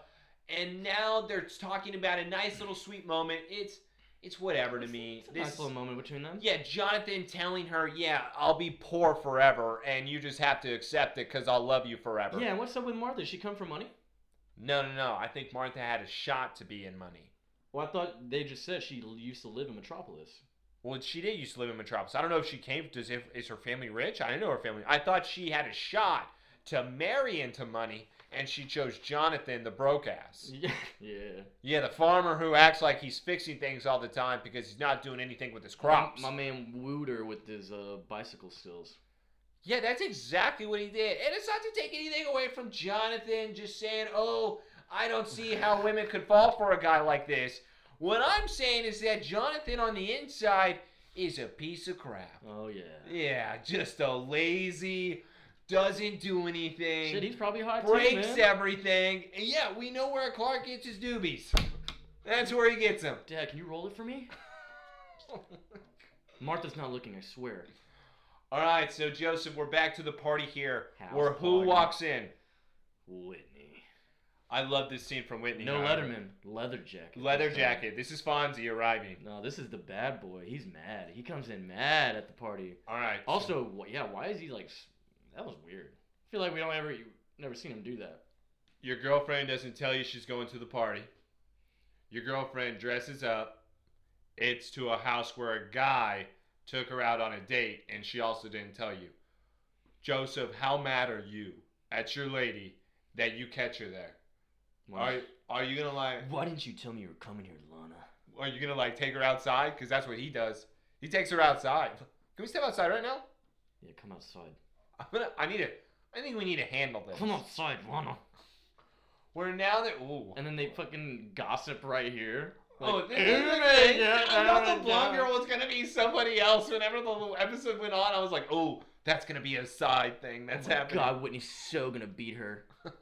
Speaker 2: and now they're talking about a nice little sweet moment. It's it's whatever to me.
Speaker 1: It's a nice
Speaker 2: This
Speaker 1: little moment between them.
Speaker 2: yeah, Jonathan telling her, yeah, I'll be poor forever, and you just have to accept it because I'll love you forever.
Speaker 1: Yeah, and what's up with Martha? Did she come for money?
Speaker 2: No, no, no. I think Martha had a shot to be in money.
Speaker 1: Well, I thought they just said she l- used to live in Metropolis.
Speaker 2: Well, she did used to live in Metropolis. I don't know if she came. Does if is her family rich? I didn't know her family. I thought she had a shot to marry into money, and she chose Jonathan, the broke ass.
Speaker 1: Yeah. yeah.
Speaker 2: Yeah, the farmer who acts like he's fixing things all the time because he's not doing anything with his crops.
Speaker 1: My, my man wooed her with his uh, bicycle stills.
Speaker 2: Yeah, that's exactly what he did. And it's not to take anything away from Jonathan just saying, oh, I don't see how women could fall for a guy like this. What I'm saying is that Jonathan on the inside is a piece of crap.
Speaker 1: Oh, yeah.
Speaker 2: Yeah, just a lazy, doesn't do anything,
Speaker 1: Shit, he's probably hot too,
Speaker 2: breaks
Speaker 1: man.
Speaker 2: everything. And yeah, we know where Clark gets his doobies. That's where he gets them.
Speaker 1: Dad, can you roll it for me? Martha's not looking, I swear.
Speaker 2: All right, so Joseph, we're back to the party here,
Speaker 1: House
Speaker 2: where who
Speaker 1: party.
Speaker 2: walks in?
Speaker 1: Whitney.
Speaker 2: I love this scene from Whitney.
Speaker 1: No
Speaker 2: however.
Speaker 1: Letterman. Leather jacket.
Speaker 2: Leather
Speaker 1: this time.
Speaker 2: jacket. This is Fonzie arriving.
Speaker 1: No, this is the bad boy. He's mad. He comes in mad at the party.
Speaker 2: All right. so-
Speaker 1: Also, wh- yeah, why is he like? s- That was weird. I feel like we don't ever, you, never seen him do that.
Speaker 2: your girlfriend doesn't tell you she's going to the party. Your girlfriend dresses up. It's to a house where a guy took her out on a date, and she also didn't tell you. Joseph, how mad are you at your lady that you catch her there? Are are you gonna like
Speaker 1: Why didn't you tell me you were coming here, Lana?
Speaker 2: Are you gonna like take her outside? Because that's what he does. He takes her outside. Can we step outside right now?
Speaker 1: Yeah, come outside.
Speaker 2: I'm gonna. I need to. I think we need to handle this.
Speaker 1: Come outside, Lana.
Speaker 2: We're now that. Ooh.
Speaker 1: And then they fucking gossip right here.
Speaker 2: oh,
Speaker 1: Like,
Speaker 2: this is the
Speaker 1: "Ooh,
Speaker 2: thing.
Speaker 1: yeah,
Speaker 2: I thought the
Speaker 1: uh,
Speaker 2: blonde
Speaker 1: yeah."
Speaker 2: girl was gonna be somebody else. Whenever the episode went on, I was like, oh, that's gonna be a side thing that's
Speaker 1: oh my
Speaker 2: happening.
Speaker 1: God, Whitney's so gonna beat her.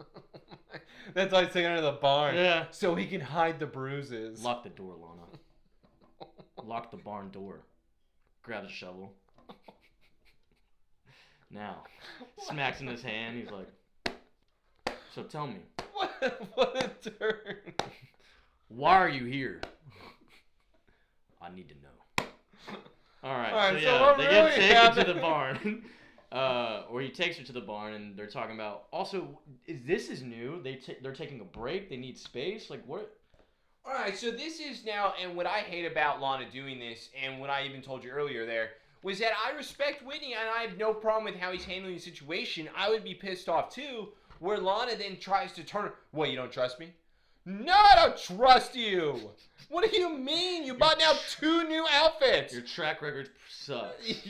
Speaker 2: that's why he's taking her to the barn.
Speaker 1: Yeah.
Speaker 2: So he can hide the bruises.
Speaker 1: Lock the door, Lana. Lock the barn door. Grabs a shovel. Now, smacks in his hand. He's like, "So tell me,
Speaker 2: What, what a turn.
Speaker 1: why are you here? I need to know." All right.
Speaker 2: All right,
Speaker 1: so,
Speaker 2: so
Speaker 1: yeah,
Speaker 2: what
Speaker 1: they
Speaker 2: really
Speaker 1: get taken to
Speaker 2: happened-
Speaker 1: the barn. Uh, or he takes her to the barn, and they're talking about. Also, is this is new? They ta- they're taking a break. They need space. Like what?
Speaker 2: All right, so this is now, and what I hate about Lana doing this, and what I even told you earlier there, was that I respect Whitney and I have no problem with how he's handling the situation. I would be pissed off too, where Lana then tries to turn. What, you don't trust me? No, I don't trust you. What do you mean? You bought now two new outfits.
Speaker 1: Your track record sucks.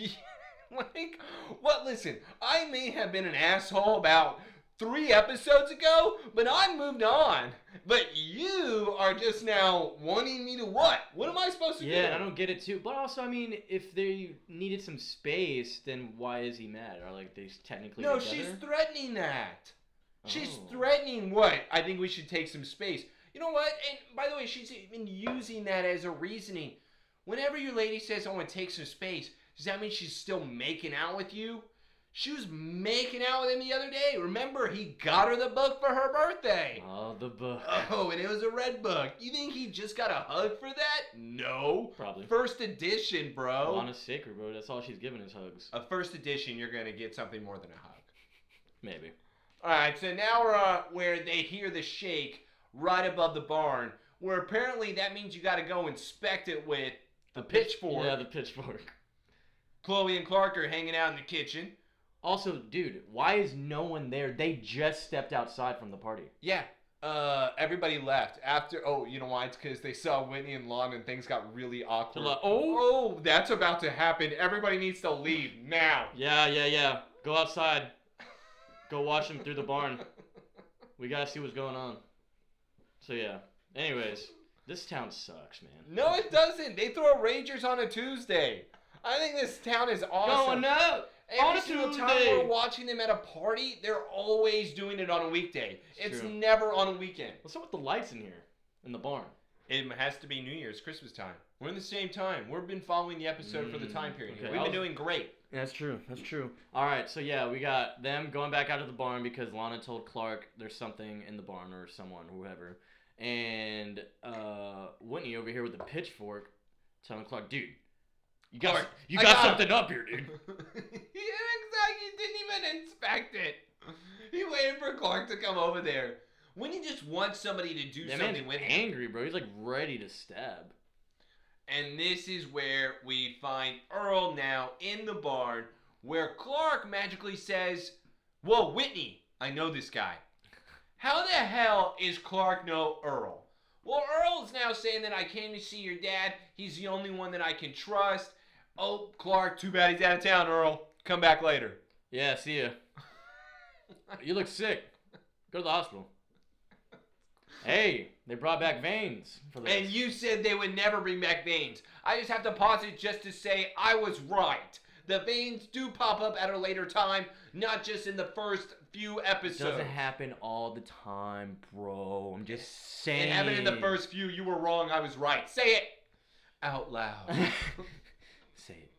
Speaker 2: like, what? Listen, I may have been an asshole about three episodes ago, but I moved on. But you are just now wanting me to what? What am I supposed to do?
Speaker 1: Yeah, and I don't get it too. But also, I mean, if they needed some space, then why is he mad? Are like they technically
Speaker 2: No,
Speaker 1: together?
Speaker 2: she's threatening that. She's
Speaker 1: Oh.
Speaker 2: threatening what? I think we should take some space. You know what? And by the way, she's even using that as a reasoning. Whenever your lady says, I want to take some space, does that mean she's still making out with you? She was making out with him the other day. Remember, he got her the book for her birthday.
Speaker 1: Oh, the book.
Speaker 2: Oh, and it was a red book. You think he just got a hug for that? No.
Speaker 1: Probably.
Speaker 2: First edition, bro.
Speaker 1: Lana's sacred, bro. That's all she's giving is hugs.
Speaker 2: a first edition, you're going to get something more than a hug.
Speaker 1: Maybe.
Speaker 2: All right, so now we're uh, where they hear the shake right above the barn, where apparently that means you got to go inspect it with the pitchfork.
Speaker 1: Yeah, the pitchfork.
Speaker 2: Chloe and Clark are hanging out in the kitchen.
Speaker 1: Also, dude, why is no one there? They just stepped outside from the party.
Speaker 2: Yeah, uh, everybody left after. Oh, you know why? It's because they saw Whitney and Lon, and things got really awkward.
Speaker 1: They're like, oh.
Speaker 2: oh, that's about to happen. Everybody needs to leave now.
Speaker 1: Yeah, yeah, yeah. Go outside. Go watch them through the barn. We gotta see what's going on. So yeah. Anyways, this town sucks, man.
Speaker 2: No, it doesn't. They throw Rangers on a Tuesday. I think this town is awesome.
Speaker 1: Going up.
Speaker 2: Every
Speaker 1: On a
Speaker 2: single time
Speaker 1: Tuesday.
Speaker 2: we're watching them at a party, they're always doing it on a weekday. It's,
Speaker 1: It's true.
Speaker 2: never on a weekend.
Speaker 1: What's up with the lights in here? In the barn.
Speaker 2: It has to be New Year's, Christmas time. We're in the same time. We've been following the episode for the
Speaker 1: Mm,
Speaker 2: time period.
Speaker 1: okay.
Speaker 2: We've
Speaker 1: I was-
Speaker 2: been doing great.
Speaker 1: That's true. That's true. All right, so yeah, we got them going back out of the barn because Lana told Clark there's something in the barn or someone, whoever, and uh, Whitney over here with the pitchfork telling Clark, dude, you got
Speaker 2: Clark,
Speaker 1: you
Speaker 2: I
Speaker 1: got,
Speaker 2: got him."
Speaker 1: something up here,
Speaker 2: yeah,
Speaker 1: dude.
Speaker 2: exactly. He didn't even inspect it. He waited for Clark to come over there. When you just want somebody to do
Speaker 1: That man's
Speaker 2: something with him.
Speaker 1: angry, bro. He's like ready to stab.
Speaker 2: And this is where we find Earl now in the barn, where Clark magically says, Whoa, Whitney, I know this guy. How the hell is Clark know Earl? Well, Earl's now saying that I came to see your dad. He's the only one that I can trust. Oh, Clark, too bad he's out of town, Earl. Come back later.
Speaker 1: Yeah, see ya. you look sick. Go to the hospital. Hey, they brought back veins for this.
Speaker 2: And you said they would never bring back veins. I just have to pause it just to say I was right. The veins do pop up at a later time, not just in the first few
Speaker 1: It doesn't
Speaker 2: episodes.
Speaker 1: happen all the time, bro. I'm just saying.
Speaker 2: It happened in the first few. You were wrong. I was right. Say it out loud.
Speaker 1: Say it.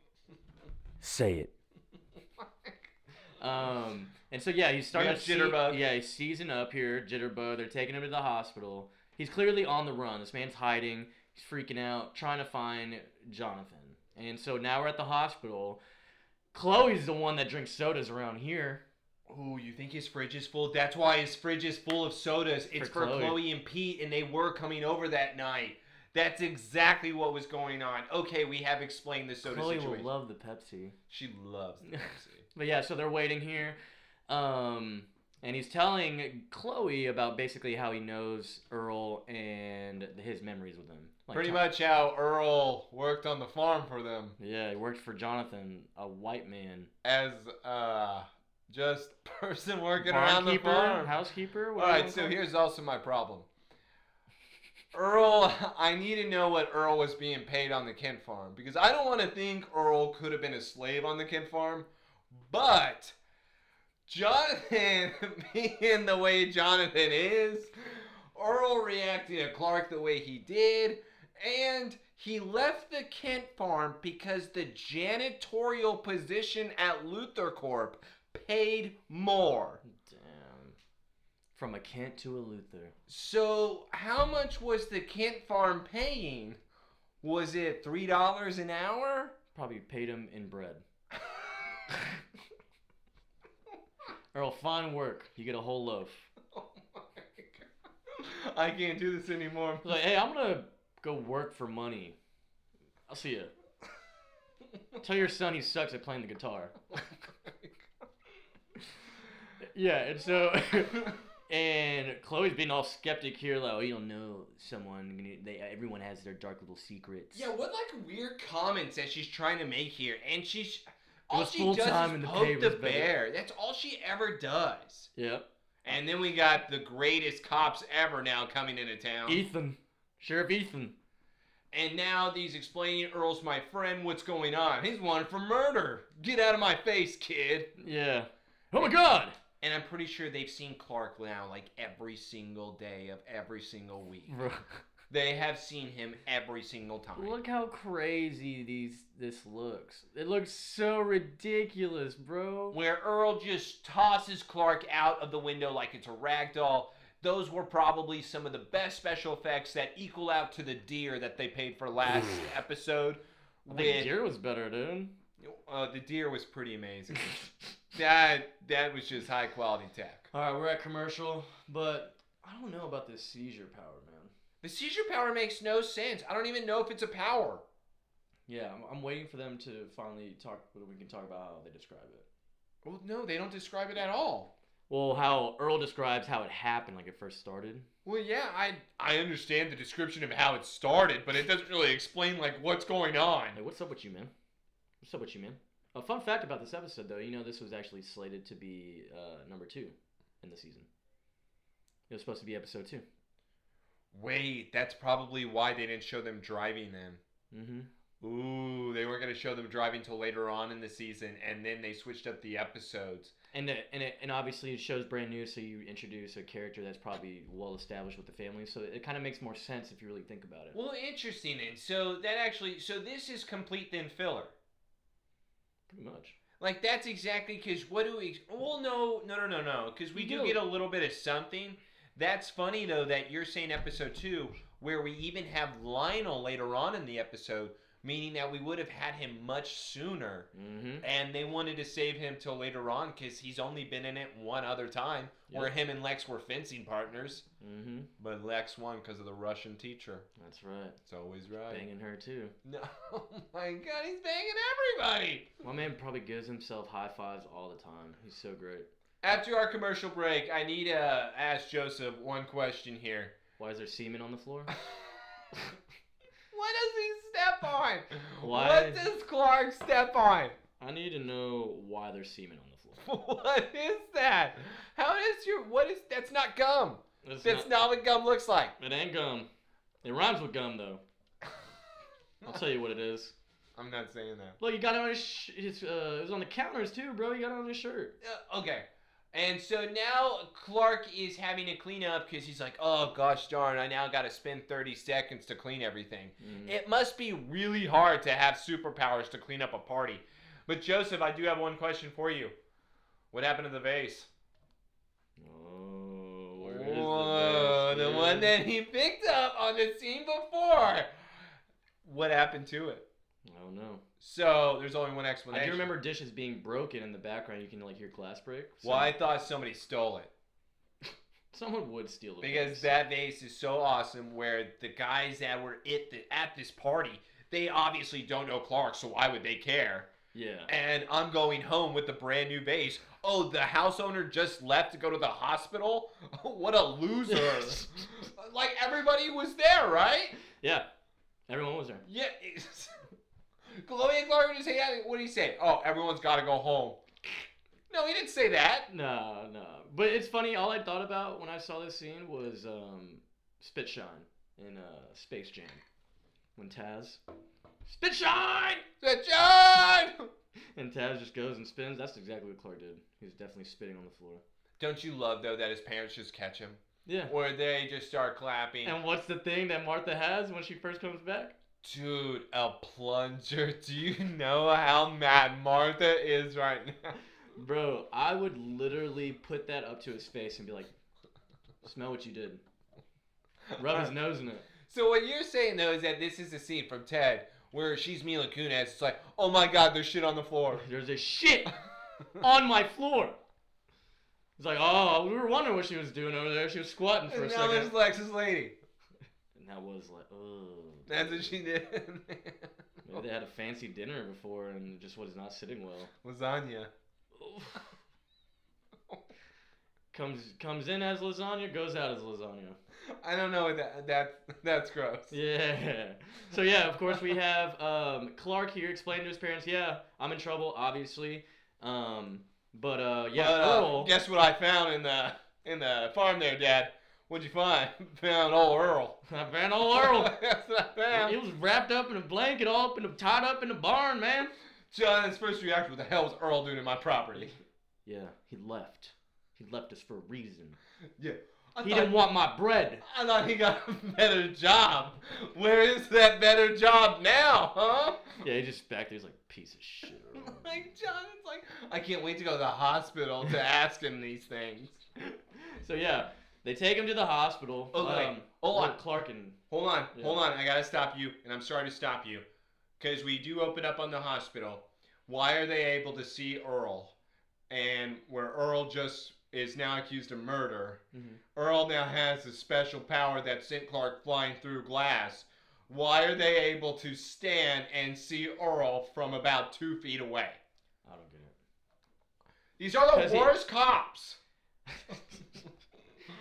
Speaker 1: Say it. Um, and so yeah, he's starting
Speaker 2: have
Speaker 1: to see-
Speaker 2: Jitterbug.
Speaker 1: yeah, he's seizing up here, jitterbug. They're taking him to the hospital. He's clearly on the run. This man's hiding. He's freaking out, trying to find Jonathan. And so now we're at the hospital. Chloe's the one that drinks sodas around here.
Speaker 2: Ooh, you think his fridge is full? That's why his fridge is full of sodas. It's for,
Speaker 1: For Chloe.
Speaker 2: Chloe and Pete, and they were coming over that night. That's exactly what was going on. Okay, we have explained the soda
Speaker 1: Chloe
Speaker 2: situation.
Speaker 1: will love the Pepsi.
Speaker 2: she loves the Pepsi.
Speaker 1: But yeah, so they're waiting here. Um, and he's telling Chloe about basically how he knows Earl and his memories with him. Like
Speaker 2: Pretty
Speaker 1: Tom-
Speaker 2: much how Earl worked on the farm for them
Speaker 1: Yeah, he worked for Jonathan, a white man.
Speaker 2: as uh, just person working around the
Speaker 1: Barnkeeper,
Speaker 2: farm.
Speaker 1: housekeeper.
Speaker 2: All
Speaker 1: whatever you
Speaker 2: right,
Speaker 1: wanna
Speaker 2: so
Speaker 1: call it.
Speaker 2: here's also my problem. Earl, I need to know what Earl was being paid on the Kent farm because I don't want to think Earl could have been a slave on the Kent farm, but Jonathan being the way Jonathan is, Earl reacting to Clark the way he did, and he left the Kent farm because the janitorial position at Luther Corp paid more.
Speaker 1: Damn. From a Kent to a Luther.
Speaker 2: So, how much was the Kent farm paying? Was it three dollars an hour? Oh
Speaker 1: Probably paid him in bread. Earl, fine work. You get a whole loaf.
Speaker 2: oh my god! I can't do this anymore.
Speaker 1: He's like, hey, I'm gonna go work for money. I'll see you. Tell your son he sucks at playing the guitar. Yeah, and so and Chloe's being all skeptic here, like, oh, you don't know someone. you know, They everyone has their dark little secrets.
Speaker 2: yeah, what like weird comments that she's trying to make here, and she's
Speaker 1: It
Speaker 2: all
Speaker 1: was
Speaker 2: she
Speaker 1: full
Speaker 2: does
Speaker 1: time
Speaker 2: is
Speaker 1: and the pay
Speaker 2: poke the
Speaker 1: was better.
Speaker 2: bear. That's all she ever does.
Speaker 1: Yep.
Speaker 2: And then we got the greatest cops ever now coming into town.
Speaker 1: Ethan, Sheriff Ethan.
Speaker 2: And now he's explaining, Earl's my friend, what's going on? He's wanted for murder. Get out of my face, kid.
Speaker 1: Yeah. Oh my God.
Speaker 2: And I'm pretty sure they've seen Clark now like every single day of every single week. They have seen him every single time.
Speaker 1: Look how crazy these this looks. It looks so ridiculous, bro.
Speaker 2: Where Earl just tosses Clark out of the window like it's a rag doll. Those were probably some of the best special effects that equal out to the deer that they paid for last episode.
Speaker 1: I
Speaker 2: with-
Speaker 1: think Gear was better, dude.
Speaker 2: Uh, the deer was pretty amazing. that that was just high quality tech.
Speaker 1: All right, we're at commercial, but I don't know about this seizure power, man.
Speaker 2: The seizure power makes no sense. I don't even know if it's a power.
Speaker 1: Yeah, I'm, I'm waiting for them to finally talk. We can talk about how they describe it.
Speaker 2: Well, no, they don't describe it at all.
Speaker 1: Well, how Earl describes how it happened, like it first started.
Speaker 2: Well, yeah, I I understand the description of how it started, but it doesn't really explain like what's going on.
Speaker 1: Hey, what's up with you, man? What's up with you, man? A fun fact about this episode, though, you know, this was actually slated to be uh, number two in the season. It was supposed to be episode two.
Speaker 2: Wait, that's probably why they didn't show them driving then.
Speaker 1: Mm-hmm.
Speaker 2: Ooh, they weren't gonna show them driving till later on in the season, and then they switched up the episodes.
Speaker 1: And it, and it, and obviously, it show's brand new, so you introduce a character that's probably well established with the family, so it kind of makes more sense if you really think about it.
Speaker 2: Well, interesting. And so that actually, so this is complete then filler.
Speaker 1: Pretty much.
Speaker 2: Like that's exactly because what do we? ex- Well, no, no, no, no, no. Because we
Speaker 1: We
Speaker 2: do,
Speaker 1: do.
Speaker 2: get a little bit of something. That's funny though that you're saying episode two, where we even have Lionel later on in the episode, meaning that we would have had him much sooner,
Speaker 1: Mm-hmm.
Speaker 2: and they wanted to save him till later on because he's only been in it one other time, where him and Lex were fencing partners,
Speaker 1: Mm-hmm.
Speaker 2: but Lex won because of the Russian teacher.
Speaker 1: That's right.
Speaker 2: It's always right.
Speaker 1: Banging her too.
Speaker 2: No, oh my God, he's banging everybody.
Speaker 1: My man probably gives himself high fives all the time. He's so great.
Speaker 2: After our commercial break, I need to uh, ask Joseph one question here.
Speaker 1: Why is there semen on the floor?
Speaker 2: what does he step on?
Speaker 1: Why?
Speaker 2: What does Clark step on?
Speaker 1: I need to know why there's semen on the floor.
Speaker 2: What is that? How is your what is that's not gum.
Speaker 1: That's
Speaker 2: That's not what gum looks like.
Speaker 1: not- it ain't gum. It rhymes with gum though. I'll tell you what it is.
Speaker 2: I'm not saying that.
Speaker 1: Look, you got it on his. Sh- his uh, it was on the counters too, bro. You got it on his shirt.
Speaker 2: Uh, okay. And so now Clark is having to clean up because he's like, oh gosh darn, I now got to spend 30 seconds to clean everything. It must be really hard to have superpowers to clean up a party. But Joseph, I do have one question for you. What happened to the vase?
Speaker 1: Oh, where is
Speaker 2: Whoa,
Speaker 1: the,
Speaker 2: the one that he picked up on the scene before. What happened to it?
Speaker 1: I don't know.
Speaker 2: So there's only one
Speaker 1: I
Speaker 2: explanation.
Speaker 1: do remember dishes being broken in the background. You can like hear glass break. So
Speaker 2: Well, I thought somebody stole it
Speaker 1: Someone would steal the
Speaker 2: because
Speaker 1: vase.
Speaker 2: that vase is so awesome. Where the guys that were it the, at this party, they obviously don't know Clark, so why would they care?
Speaker 1: Yeah.
Speaker 2: and I'm going home with the brand new vase. Oh, the house owner just left to go to the hospital? what a loser. like everybody was there, right?
Speaker 1: Yeah. Everyone was there.
Speaker 2: Yeah. it's- Chloe and Clark just hang out. What do you say? Oh, everyone's got to go home. No, he didn't say that.
Speaker 1: No, no. But it's funny. All I thought about when I saw this scene was um, Spit Shine in uh, Space Jam. When Taz, Spit Shine,
Speaker 2: So, John!
Speaker 1: and Taz just goes and spins. That's exactly what Clark did. He was definitely spitting on the floor.
Speaker 2: Don't you love, though, that his parents just catch him?
Speaker 1: Yeah.
Speaker 2: Or they just start clapping.
Speaker 1: And what's the thing that Martha has when she first comes back?
Speaker 2: Dude, a plunger. Do you know how mad Martha is right now?
Speaker 1: Bro, I would literally put that up to his face and be like, "Smell what you did." Rub his nose in it.
Speaker 2: So what you're saying though is that this is a scene from Ted where she's Mila Kunis. It's like, oh my God, there's shit on the floor.
Speaker 1: There's a shit on my floor. It's like, oh, we were wondering what she was doing over there. She was squatting for a
Speaker 2: And now
Speaker 1: second.
Speaker 2: there's Lex's lady.
Speaker 1: And that was like, oh.
Speaker 2: That's what she did.
Speaker 1: Maybe they had a fancy dinner before and it just was not sitting well.
Speaker 2: Lasagna.
Speaker 1: comes comes in as lasagna, goes out as lasagna.
Speaker 2: I don't know what that that that's gross.
Speaker 1: Yeah. So yeah, of course we have um, Clark here explaining to his parents, yeah, I'm in trouble, obviously. Um, but uh, yeah,
Speaker 2: But, uh,
Speaker 1: Earl.
Speaker 2: guess what I found in the in the farm there, Dad? What'd you find? found old Earl.
Speaker 1: I found old Earl.
Speaker 2: that's what I found.
Speaker 1: It was wrapped up in a blanket, all up in a, tied up in a barn, man.
Speaker 2: John's uh, first reaction, what the hell was Earl doing in my property?
Speaker 1: Yeah, he left. He left us for a reason.
Speaker 2: I
Speaker 1: He
Speaker 2: thought,
Speaker 1: didn't want my bread.
Speaker 2: I thought he got a better job. Where is that better job now, huh?
Speaker 1: Yeah, he just back there. He's like, piece of shit. Earl."
Speaker 2: Like John, it's like I can't wait to go to the hospital to ask him these things.
Speaker 1: so yeah, they take him to the hospital.
Speaker 2: Okay,
Speaker 1: Um,
Speaker 2: hold on.
Speaker 1: Little Clark and
Speaker 2: Hold on,
Speaker 1: Yeah.
Speaker 2: hold on. I gotta stop you, and I'm sorry to stop you, because we do open up on the hospital. Why are they able to see Earl, and where Earl just is now accused of murder?
Speaker 1: Mhm.
Speaker 2: Earl now has the special power that sent Clark flying through glass. Why are they able to stand and see Earl from about two feet away?
Speaker 1: I don't get
Speaker 2: These are
Speaker 1: 'Cause he-
Speaker 2: the worst cops.
Speaker 1: it.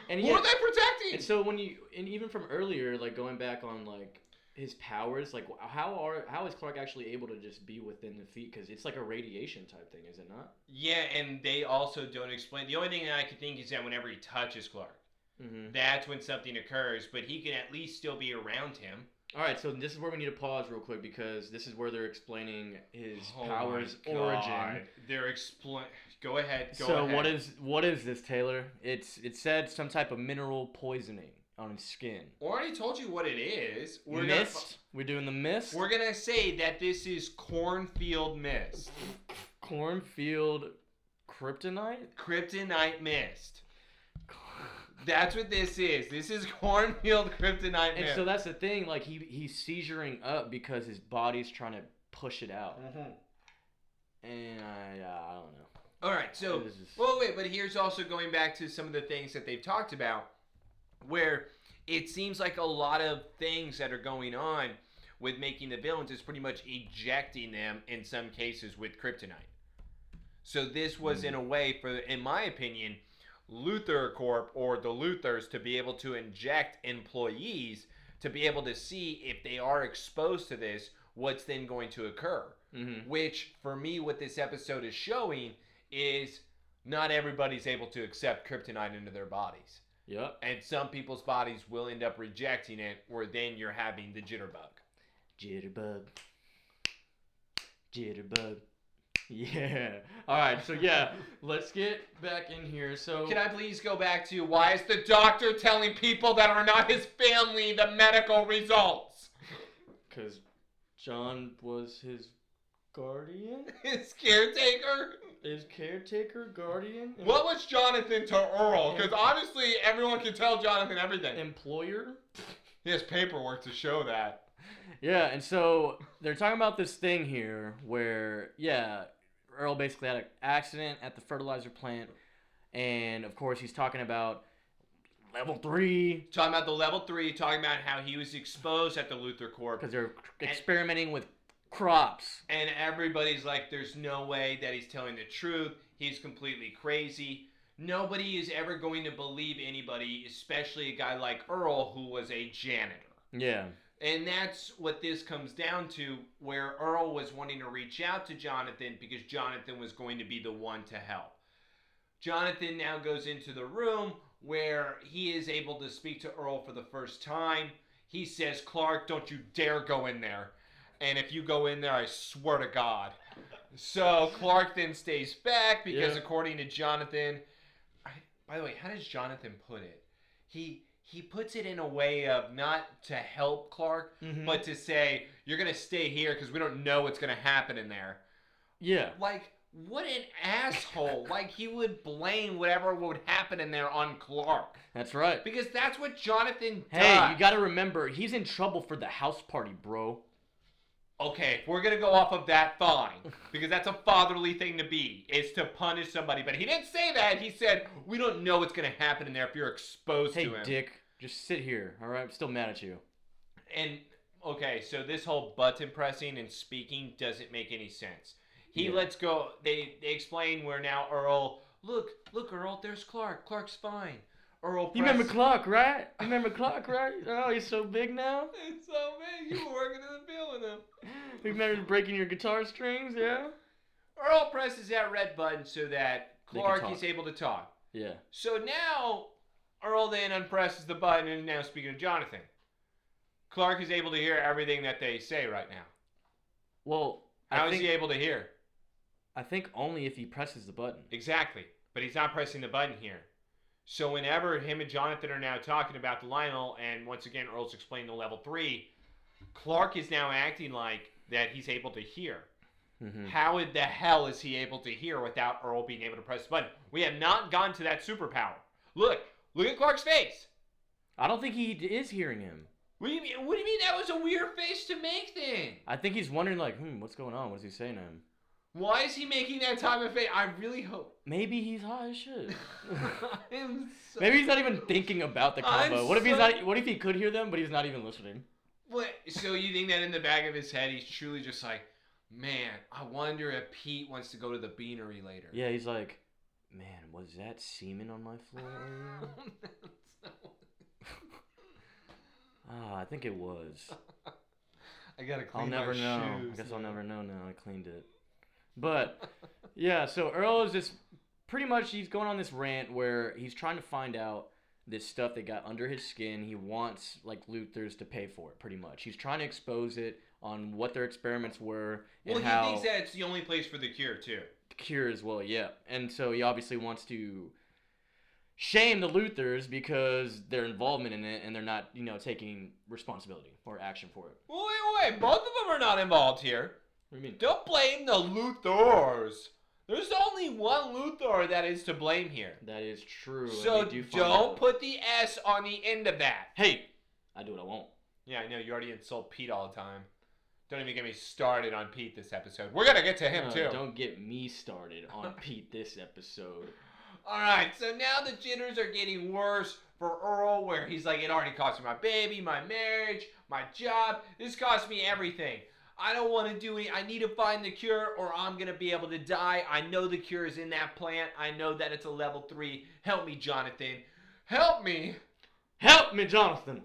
Speaker 1: and
Speaker 2: Who are
Speaker 1: yet,
Speaker 2: they protecting?
Speaker 1: and so when you and even from earlier, like going back on like his powers, like wh- how are how is Clark actually able to just be within the feet? Because it's like a radiation type thing, is it not?
Speaker 2: Yeah, and they also don't explain. The only thing that I can think is that whenever he touches Clark,
Speaker 1: Mm-hmm.
Speaker 2: that's when something occurs. But he can at least still be around him.
Speaker 1: All right, so this is where we need to pause real quick because this is where they're explaining his
Speaker 2: Oh my
Speaker 1: powers
Speaker 2: God.
Speaker 1: origin.
Speaker 2: They're explain. Go ahead. Go
Speaker 1: so
Speaker 2: ahead.
Speaker 1: what is what is this, Taylor? It's it said some type of mineral poisoning on his skin.
Speaker 2: Already told you what it is. We're
Speaker 1: mist.
Speaker 2: Gonna,
Speaker 1: We're doing the mist.
Speaker 2: we're gonna say that this is cornfield mist,
Speaker 1: Cornfield kryptonite.
Speaker 2: kryptonite mist. That's what this is. This is cornfield kryptonite
Speaker 1: And
Speaker 2: mist.
Speaker 1: so that's the thing. Like he he's seizuring up because his body's trying to push it out.
Speaker 2: Mhm.
Speaker 1: And I uh, I don't know.
Speaker 2: All right. So.
Speaker 1: This is-
Speaker 2: Well, wait, but here's also going back to some of the things that they've talked about, where it seems like a lot of things that are going on with making the villains is pretty much ejecting them in some cases with kryptonite. So this was in a way for, in my opinion, Luther Corp or the Luthers to be able to inject employees to be able to see if they are exposed to this, what's then going to occur
Speaker 1: Mhm.
Speaker 2: which for me what this episode is showing is not everybody's able to accept kryptonite into their bodies
Speaker 1: Yep.
Speaker 2: and some people's bodies will end up rejecting it where then you're having the jitterbug
Speaker 1: Jitterbug. Jitterbug. Yeah. All right. So yeah, let's get back in here. So
Speaker 2: can i please go back to why is the doctor telling people that are not his family the medical results
Speaker 1: because John was his guardian,
Speaker 2: his caretaker
Speaker 1: his caretaker, guardian, em-
Speaker 2: what was jonathan to earl because honestly everyone can tell jonathan everything
Speaker 1: employer.
Speaker 2: he has paperwork to show that
Speaker 1: Yeah, and so they're talking about this thing here where, yeah, Earl basically had an accident at the fertilizer plant, and of course he's talking about level three
Speaker 2: talking about the level three talking about how he was exposed at the luther corp
Speaker 1: because they're experimenting with crops.
Speaker 2: and everybody's like, "There's no way that he's telling the truth. He's completely crazy." Nobody is ever going to believe anybody, especially a guy like Earl, who was a janitor.
Speaker 1: Yeah,
Speaker 2: And that's what this comes down to, where Earl was wanting to reach out to Jonathan because Jonathan was going to be the one to help. Jonathan now goes into the room where he is able to speak to Earl for the first time. He says, Clark, don't you dare go in there. And if you go in there, I swear to God. So Clark then stays back because,
Speaker 1: Yeah.
Speaker 2: according to Jonathan, I, by the way, how does Jonathan put it? He he puts it in a way of not to help Clark,
Speaker 1: but
Speaker 2: but to say you're gonna stay here because we don't know what's gonna happen in there.
Speaker 1: yeah,
Speaker 2: Like what an asshole! like he would blame whatever would happen in there on Clark
Speaker 1: that's right.
Speaker 2: because that's what Jonathan
Speaker 1: Hey,
Speaker 2: does.
Speaker 1: you gotta remember he's in trouble for the house party, bro.
Speaker 2: okay, if we're gonna go off of that, fine, because that's a fatherly thing to be, is to punish somebody. But he didn't say that. He said we don't know what's gonna happen in there if you're exposed
Speaker 1: Hey,
Speaker 2: to him.
Speaker 1: Dick, just sit here. All right, I'm still mad at you.
Speaker 2: And okay, so this whole button pressing and speaking doesn't make any sense. He
Speaker 1: Yeah.
Speaker 2: lets go. They they explain where now Earl. Look, look, Earl. There's Clark. Clark's fine. Earl.
Speaker 1: You remember
Speaker 2: press-
Speaker 1: Clark, right? You remember Clark, right? Oh, he's so big now.
Speaker 2: It's so big. You were working in the field with him.
Speaker 1: You remember breaking your guitar strings, yeah?
Speaker 2: Earl presses that red button so that
Speaker 1: They can
Speaker 2: Clark
Speaker 1: talk.
Speaker 2: is able to talk.
Speaker 1: Yeah.
Speaker 2: So now Earl then unpresses the button and is now speaking to Jonathan. Clark is able to hear everything that they say right now.
Speaker 1: Well,
Speaker 2: How
Speaker 1: I
Speaker 2: is
Speaker 1: think
Speaker 2: he able to hear?
Speaker 1: I think only if he presses the button.
Speaker 2: Exactly. But he's not pressing the button here. So whenever him and Jonathan are now talking about the Lionel, and once again Earl's explaining the level three, Clark is now acting like that he's able to hear.
Speaker 1: Mm-hmm.
Speaker 2: How in the hell is he able to hear without Earl being able to press the button? We have not gone to that superpower. Look, look at Clark's face.
Speaker 1: I don't think he d- is hearing him.
Speaker 2: What do you mean? What do you mean that was a weird face to make then?
Speaker 1: I think he's wondering, like, hmm, what's going on? What is he saying to him?
Speaker 2: Why is he making that type of face? I really hope.
Speaker 1: Maybe he's high as shit.
Speaker 2: I'm so-
Speaker 1: Maybe he's not even thinking about the
Speaker 2: I'm
Speaker 1: combo. what if he's
Speaker 2: so-
Speaker 1: not? What if he could hear them, but he's not even listening?
Speaker 2: What? So you think that in the back of his head, he's truly just like, man, I wonder if Pete wants to go to the beanery later.
Speaker 1: Yeah, he's like, man, was that semen on my floor? earlier? Ah, I think it was.
Speaker 2: I gotta
Speaker 1: I'll
Speaker 2: clean
Speaker 1: never
Speaker 2: my
Speaker 1: know.
Speaker 2: shoes.
Speaker 1: I guess I'll
Speaker 2: man.
Speaker 1: never know now. I cleaned it. But yeah, so Earl is just pretty much he's going on this rant where he's trying to find out this stuff that got under his skin. He wants like Luther's to pay for it, pretty much. He's trying to expose it on what their experiments were and
Speaker 2: Well, he
Speaker 1: how
Speaker 2: thinks that it's the only place for the cure too.
Speaker 1: cure as well. Yeah, and so he obviously wants to shame the Luthers because their involvement in it and they're not you know taking responsibility or action for it.
Speaker 2: Well, wait, wait. Both of them are not involved here.
Speaker 1: What do you mean?
Speaker 2: Don't blame the Luthors. There's only one Luthor that is to blame here.
Speaker 1: That is true. and
Speaker 2: So
Speaker 1: they do find
Speaker 2: don't
Speaker 1: out-
Speaker 2: put the S on the end of that.
Speaker 1: Hey, I do what I want.
Speaker 2: Yeah, I know you already insult Pete all the time. Don't even get me started on Pete this episode. We're gonna get to him
Speaker 1: No,
Speaker 2: too.
Speaker 1: Don't get me started on Pete this episode.
Speaker 2: All right, so now the jitters are getting worse for Earl, where he's like, "It already cost me my baby, my marriage, my job. This cost me everything. I don't want to do it. I need to find the cure, or I'm gonna be able to die. I know the cure is in that plant. I know that it's a level three. Help me, Jonathan. Help me.
Speaker 1: Help me, Jonathan.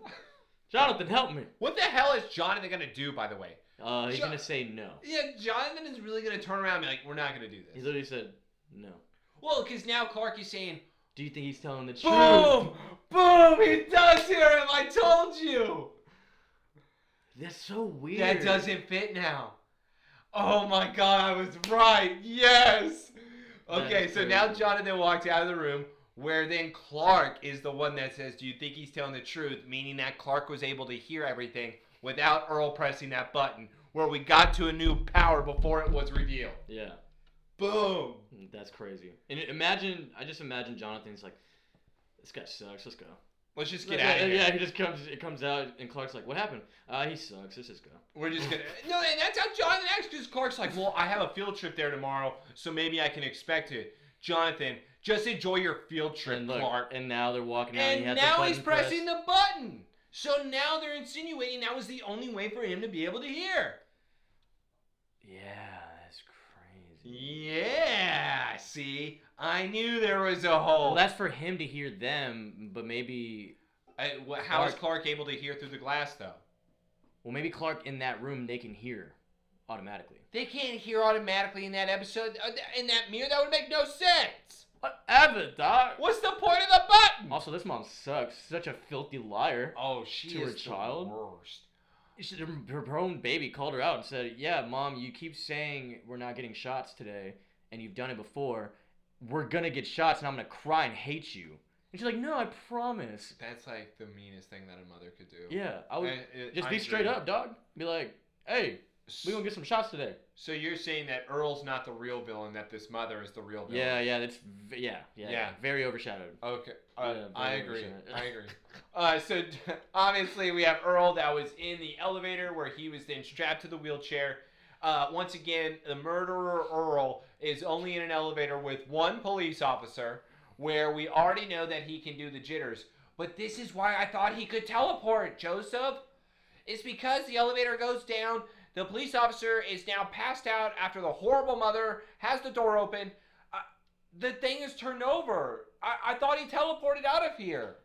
Speaker 1: Jonathan, help me.
Speaker 2: What the hell is Jonathan gonna do, by the way?
Speaker 1: Uh, he's
Speaker 2: Jo-
Speaker 1: gonna say no.
Speaker 2: Yeah, Jonathan is really gonna turn around and be like, "We're not gonna do
Speaker 1: He
Speaker 2: this."
Speaker 1: literally said no.
Speaker 2: Well, because now Clark is saying,
Speaker 1: Do you think he's telling the truth?
Speaker 2: "Boom, boom, he does hear him. I told you."
Speaker 1: That's so weird.
Speaker 2: That doesn't fit now. Oh my god, I was right. Yes.
Speaker 1: That
Speaker 2: Okay,
Speaker 1: is
Speaker 2: so now
Speaker 1: crazy.
Speaker 2: Jonathan walks out of the room, where then Clark is the one that says, "Do you think he's telling the truth?" Meaning that Clark was able to hear everything without Earl pressing that button, where we got to a new power before it was revealed.
Speaker 1: Yeah,
Speaker 2: Boom.
Speaker 1: that's crazy. And imagine, I just imagine Jonathan's like, this guy sucks. Let's go.
Speaker 2: Let's just get
Speaker 1: yeah,
Speaker 2: out of here.
Speaker 1: yeah, he just comes. It comes out, and Clark's like, "What happened? Uh, he sucks. Let's just go."
Speaker 2: We're just gonna no, and that's how Jonathan acts because Clark's like, well, I have a field trip there tomorrow, so maybe I can expect it. Jonathan, just enjoy your field trip,
Speaker 1: and look,
Speaker 2: Clark.
Speaker 1: and now they're walking out.
Speaker 2: And,
Speaker 1: he had the
Speaker 2: now he's
Speaker 1: button pressed.
Speaker 2: pressing the button. So now they're insinuating that was the only way for him to be able to hear.
Speaker 1: Yeah, that's crazy.
Speaker 2: Yeah, see, I knew there was a hole.
Speaker 1: Well, that's for him to hear them, but maybe,
Speaker 2: I- Uh, wha- how is Clark able to hear through the glass though?
Speaker 1: well, maybe Clark in that room they can hear automatically.
Speaker 2: They can't hear automatically in that episode, uh, th- in that mirror. That would make no sense.
Speaker 1: Whatever, doc.
Speaker 2: What's the point of the button?
Speaker 1: Also, this mom sucks. Such a filthy liar.
Speaker 2: Oh, she
Speaker 1: To her
Speaker 2: is the
Speaker 1: child?
Speaker 2: worst.
Speaker 1: She- Her her own baby called her out and said, "Yeah, mom, you keep saying we're not getting shots today, and you've done it before. We're gonna get shots, and I'm gonna cry and hate you." And she's like, "No, I promise."
Speaker 2: That's like the meanest thing that a mother could do.
Speaker 1: Yeah, I would
Speaker 2: And it-
Speaker 1: just
Speaker 2: I
Speaker 1: be straight
Speaker 2: agree.
Speaker 1: up, dog. Be like, "Hey, We gonna get some shots today.
Speaker 2: So you're saying that Earl's not the real villain, that this mother is the real villain?
Speaker 1: Yeah, yeah, that's v- yeah, yeah, yeah,
Speaker 2: Yeah.
Speaker 1: very overshadowed.
Speaker 2: Okay. Uh,
Speaker 1: Yeah,
Speaker 2: I
Speaker 1: very
Speaker 2: agree.
Speaker 1: understand.
Speaker 2: I agree. Uh, so obviously we have Earl that was in the elevator where he was then strapped to the wheelchair. Uh, once again, the murderer Earl is only in an elevator with one police officer, where we already know that he can do the jitters. But this is why I thought he could teleport, Joseph. It's because the elevator goes down. The police officer is now passed out after the horrible mother has the door open. Uh, the thing is turned over. I, I thought he teleported out of here.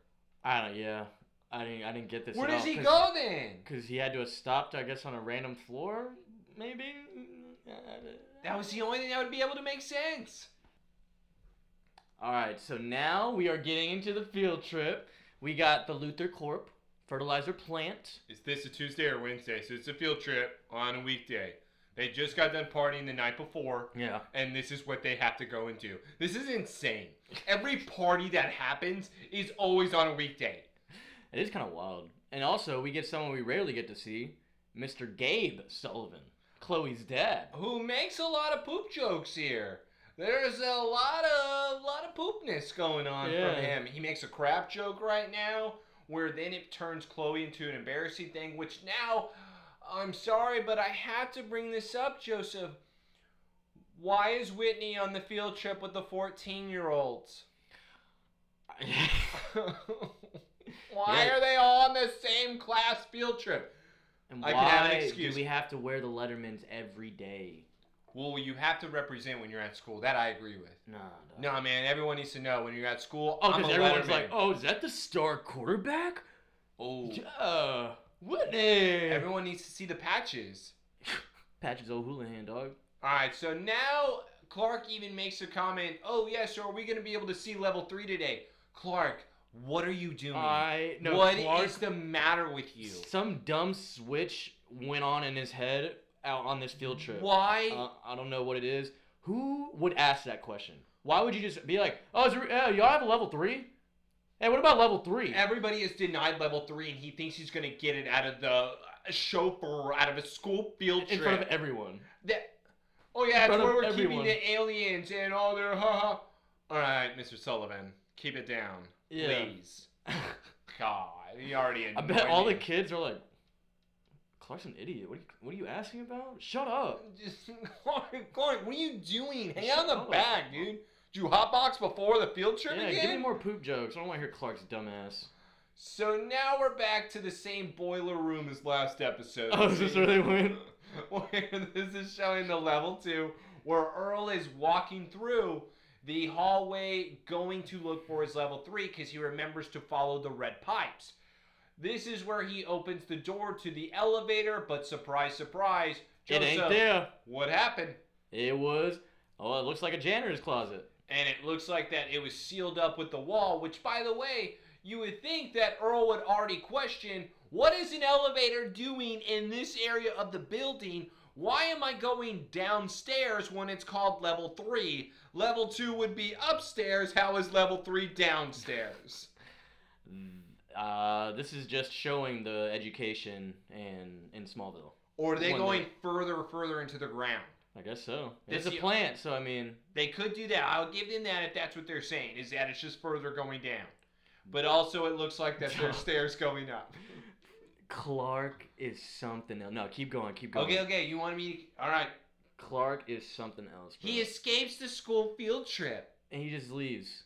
Speaker 1: I don't. Yeah, I didn't. I didn't get this.
Speaker 2: Where
Speaker 1: at
Speaker 2: does
Speaker 1: all,
Speaker 2: he
Speaker 1: 'cause-
Speaker 2: go then?
Speaker 1: Because he had to have stopped, I guess, on a random floor, maybe. Mm,
Speaker 2: That was the only thing that would be able to make sense.
Speaker 1: All right, so now we are getting into the field trip. We got the Luther Corp fertilizer plant.
Speaker 2: Is this a Tuesday or Wednesday? So it's a field trip on a weekday. They just got done partying the night before.
Speaker 1: Yeah.
Speaker 2: and this is what they have to go and do. This is insane. Every party that happens is always on a weekday.
Speaker 1: It is kind of wild. And also, we get someone we rarely get to see, Mr. Gabe Sullivan, Chloe's dad.
Speaker 2: Who makes a lot of poop jokes here? There's a lot of lot of poopness going on
Speaker 1: Yeah.
Speaker 2: from him. He makes a crap joke right now, where then it turns Chloe into an embarrassing thing. Which now, I'm sorry, but I had to bring this up, Joseph. Why is Whitney on the field trip with the 14 year olds? Why
Speaker 1: Yeah.
Speaker 2: are they all on the same class field trip?
Speaker 1: and
Speaker 2: I
Speaker 1: why
Speaker 2: can have an
Speaker 1: do
Speaker 2: excuse.
Speaker 1: we have to wear the Lettermans every day?
Speaker 2: Well, you have to represent when you're at school. That I agree with.
Speaker 1: Nah. dog.
Speaker 2: No, man, everyone needs to know when you're at school.
Speaker 1: Oh,
Speaker 2: I'm
Speaker 1: because
Speaker 2: a
Speaker 1: everyone's
Speaker 2: letterman.
Speaker 1: like, oh, is that the star quarterback?
Speaker 2: oh.
Speaker 1: Yeah. Whitney.
Speaker 2: Everyone needs to see the patches.
Speaker 1: Patches O'Houlihan, dog.
Speaker 2: All right, so now Clark even makes a comment. Oh yeah, so are we gonna be able to see level three today? Clark, what are you doing?
Speaker 1: I no
Speaker 2: What is
Speaker 1: Clark,
Speaker 2: the matter with you?
Speaker 1: Some dumb switch went on in his head out on this field trip.
Speaker 2: Why?
Speaker 1: Uh, I don't know what it is. Who would ask that question? Why would you just be like, "Oh, is, uh, y'all have a level three? Hey, what about level three?
Speaker 2: Everybody is denied level three, and he thinks he's gonna get it out of the uh, chauffeur, out of a school field
Speaker 1: in
Speaker 2: trip.
Speaker 1: front of everyone."
Speaker 2: That- oh yeah,
Speaker 1: In
Speaker 2: it's
Speaker 1: front
Speaker 2: where
Speaker 1: of
Speaker 2: we're
Speaker 1: everyone.
Speaker 2: keeping the aliens and all their haha. All right, Mr. Sullivan, keep it down,
Speaker 1: Yeah.
Speaker 2: please. God, he already.
Speaker 1: I bet all the
Speaker 2: annoyed
Speaker 1: kids are like, "Clark's an idiot. What are you, what are you asking about? Shut up."
Speaker 2: me. Just Clark, Clark, what are you doing? Hang on
Speaker 1: Shut
Speaker 2: the
Speaker 1: up.
Speaker 2: back, dude. Did you hotbox before the field trip
Speaker 1: Yeah,
Speaker 2: again?
Speaker 1: give me more poop jokes. I don't want to hear Clark's dumbass.
Speaker 2: So now we're back to the same boiler room as last episode.
Speaker 1: Oh, is this where they went?
Speaker 2: Where this is showing the level two, where Earl is walking through the hallway going to look for his level three because he remembers to follow the red pipes. This is where he opens the door to the elevator, but surprise, surprise,
Speaker 1: it ain't
Speaker 2: Joseph,
Speaker 1: there.
Speaker 2: what happened?
Speaker 1: It was. Oh, it looks like a janitor's closet.
Speaker 2: and it looks like that it was sealed up with the wall, which, by the way, you would think that Earl would already question what is an elevator doing in this area of the building? Why am I going downstairs when it's called level three? Level two would be upstairs. How is level three downstairs?
Speaker 1: Mm. Uh, this is just showing the education and in Smallville.
Speaker 2: Or are they
Speaker 1: One
Speaker 2: going further, further into the ground?
Speaker 1: I guess so.
Speaker 2: That's
Speaker 1: It's a
Speaker 2: the-
Speaker 1: plant, so I mean,
Speaker 2: They could do that. I'll give them that if that's what they're saying, is that it's just further going down. But also, it looks like that there's stairs going up.
Speaker 1: Clark is something else. No, keep going, keep going.
Speaker 2: Okay, okay. You want me? To... All right.
Speaker 1: Clark is something else. Bro.
Speaker 2: He escapes the school field trip.
Speaker 1: and he just leaves.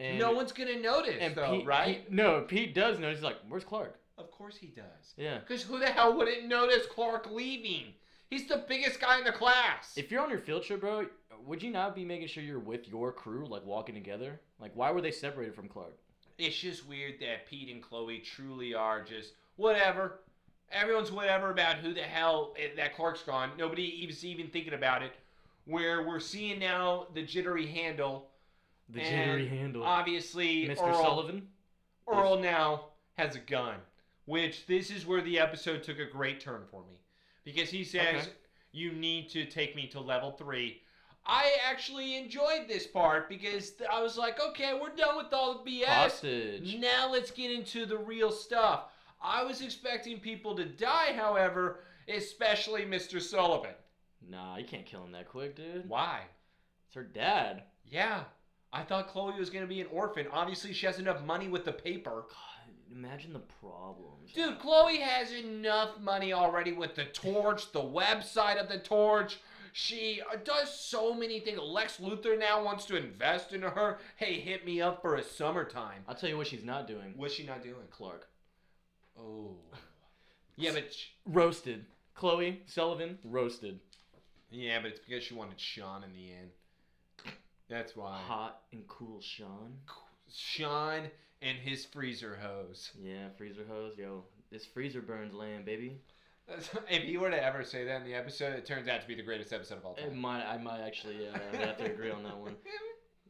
Speaker 1: And
Speaker 2: no one's gonna notice,
Speaker 1: and
Speaker 2: though,
Speaker 1: Pete-
Speaker 2: right?
Speaker 1: Pete- no, Pete does know. He's like, "Where's Clark?"
Speaker 2: Of course he does.
Speaker 1: Yeah.
Speaker 2: Because who the hell wouldn't notice Clark leaving? He's the biggest guy in the class.
Speaker 1: If you're on your field trip, bro, would you not be making sure you're with your crew, like walking together? Like, why were they separated from Clark?
Speaker 2: It's just weird that Pete and Chloe truly are just whatever. Everyone's whatever about who the hell eh, that Clark's gone. Nobody even's even thinking about it. Where we're seeing now the jittery handle.
Speaker 1: The
Speaker 2: And
Speaker 1: jittery handle.
Speaker 2: Obviously,
Speaker 1: Mr.
Speaker 2: Earl-
Speaker 1: Sullivan.
Speaker 2: Earl now has a gun, which this is where the episode took a great turn for me because he says,
Speaker 1: Okay.
Speaker 2: You need to take me to level three. I actually enjoyed this part because th- I was like, Okay, we're done with all the BS.
Speaker 1: Hostage.
Speaker 2: Now let's get into the real stuff. I was expecting people to die, however, especially Mr. Sullivan.
Speaker 1: Nah, you can't kill him that quick, dude.
Speaker 2: Why?
Speaker 1: It's her dad.
Speaker 2: Yeah, I thought Chloe was gonna be an orphan. Obviously, she has enough money with the paper.
Speaker 1: God, imagine the problems.
Speaker 2: Dude, Chloe has enough money already with the torch, the website of the torch. She uh, does so many things. Lex Luthor now wants to invest in her. Hey, hit me up for a summertime.
Speaker 1: I'll tell you what she's not doing.
Speaker 2: What's she not doing?
Speaker 1: Clark.
Speaker 2: Oh. Yeah, but sh-
Speaker 1: Roasted. Chloe Sullivan, roasted.
Speaker 2: yeah, but it's because she wanted Sean in the end. That's why.
Speaker 1: Hot and cool Sean.
Speaker 2: Sean and his freezer hose.
Speaker 1: Yeah, freezer hose, yo. This freezer burns land, baby.
Speaker 2: That's- If you were to ever say that in the episode, it turns out to be the greatest episode of all
Speaker 1: It
Speaker 2: time.
Speaker 1: might, I might actually uh, I'd have to agree on that one.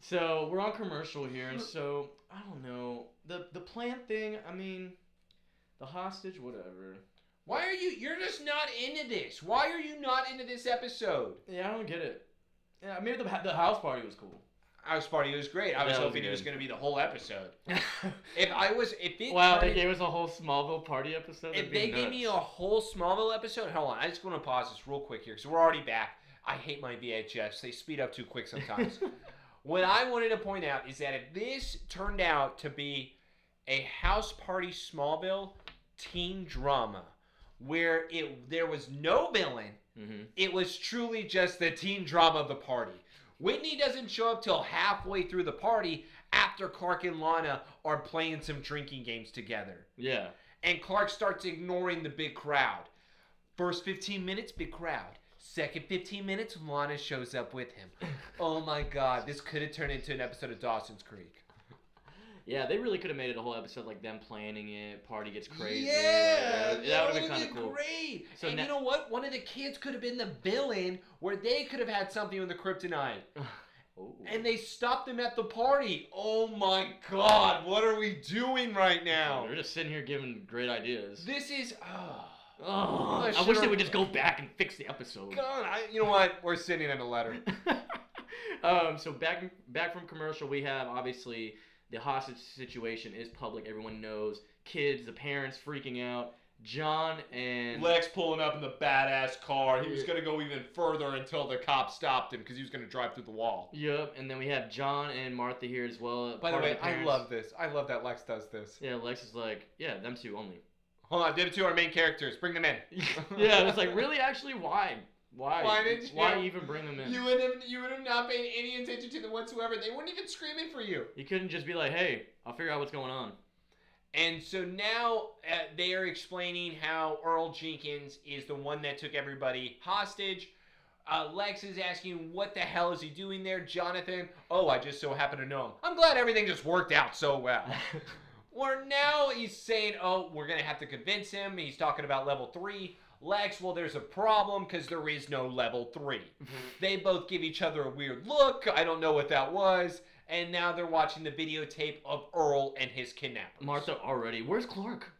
Speaker 1: So we're on commercial here, and so I don't know the the plant thing. I mean, the hostage, whatever.
Speaker 2: Why are you? You're just not into this. Why are you not into this episode?
Speaker 1: Yeah, I don't get it. Yeah, maybe the the house party was cool.
Speaker 2: I was party. It was great. I was
Speaker 1: That was
Speaker 2: hoping it was
Speaker 1: good.
Speaker 2: going to be the whole episode. If I was, if it,
Speaker 1: wow,
Speaker 2: turned-
Speaker 1: they gave us a whole Smallville party episode.
Speaker 2: if they gave me a whole Smallville episode, hold on. I just want to pause this real quick here because we're already back. I hate my VHS. They speed up too quick sometimes. what I wanted to point out is that if this turned out to be a house party Smallville teen drama where it there was no villain,
Speaker 1: mm-hmm.
Speaker 2: it was truly just the teen drama of the party. Whitney doesn't show up till halfway through the party after Clark and Lana are playing some drinking games together.
Speaker 1: Yeah,
Speaker 2: And Clark starts ignoring the big crowd. First 15 minutes, big crowd. Second 15 minutes, Lana shows up with him. Oh my god, this could have turned into an episode of Dawson's Creek.
Speaker 1: yeah, they really could have made it a whole episode like them planning it. Party gets crazy. like,
Speaker 2: Yeah,
Speaker 1: that, would have been
Speaker 2: would've
Speaker 1: kind of cool.
Speaker 2: Great.
Speaker 1: So
Speaker 2: and
Speaker 1: now-
Speaker 2: you know what? One of the kids could have been the villain, where they could have had something with the kryptonite.
Speaker 1: Oh.
Speaker 2: And they stopped them at the party. Oh my god, what are we doing right now?
Speaker 1: We're just sitting here giving great ideas.
Speaker 2: This is oh
Speaker 1: Ugh, I
Speaker 2: should've-
Speaker 1: wish they would just go back and fix the episode.
Speaker 2: god, I, you know what? We're sending him a letter.
Speaker 1: um, so back back from commercial, we have obviously the hostage situation is public. Everyone knows. Kids, the parents freaking out. John and
Speaker 2: Lex pulling up in the badass car.
Speaker 1: He was
Speaker 2: gonna go even further until the cop stopped him because he was gonna drive through the wall.
Speaker 1: Yep, and then we have John and Martha here as well.
Speaker 2: By
Speaker 1: part
Speaker 2: the
Speaker 1: of
Speaker 2: way, I
Speaker 1: parents.
Speaker 2: love this. I love that Lex does this.
Speaker 1: Yeah, Lex is like, yeah, them two only.
Speaker 2: Hold on, them two are main characters. Bring them in.
Speaker 1: yeah, it's like really, actually, why, why,
Speaker 2: Why didn't you-
Speaker 1: even bring them in?
Speaker 2: You would have you would have not paid any attention to them whatsoever. They weren't even screaming for you.
Speaker 1: you couldn't just be like, hey, I'll figure out what's going on.
Speaker 2: And so now uh, they are explaining how Earl Jenkins is the one that took everybody hostage. Uh, Lex is asking, what the hell is he doing there, Jonathan? Oh, I just so happen to know him. I'm glad everything just worked out so well. Where now he's saying, oh, we're going to have to convince him. He's talking about level three. Lex, well, there's a problem because there is no level three. They both give each other a weird look. I don't know what that was. And now they're watching the videotape of Earl and his kidnappers.
Speaker 1: Martha already. Where's Clark?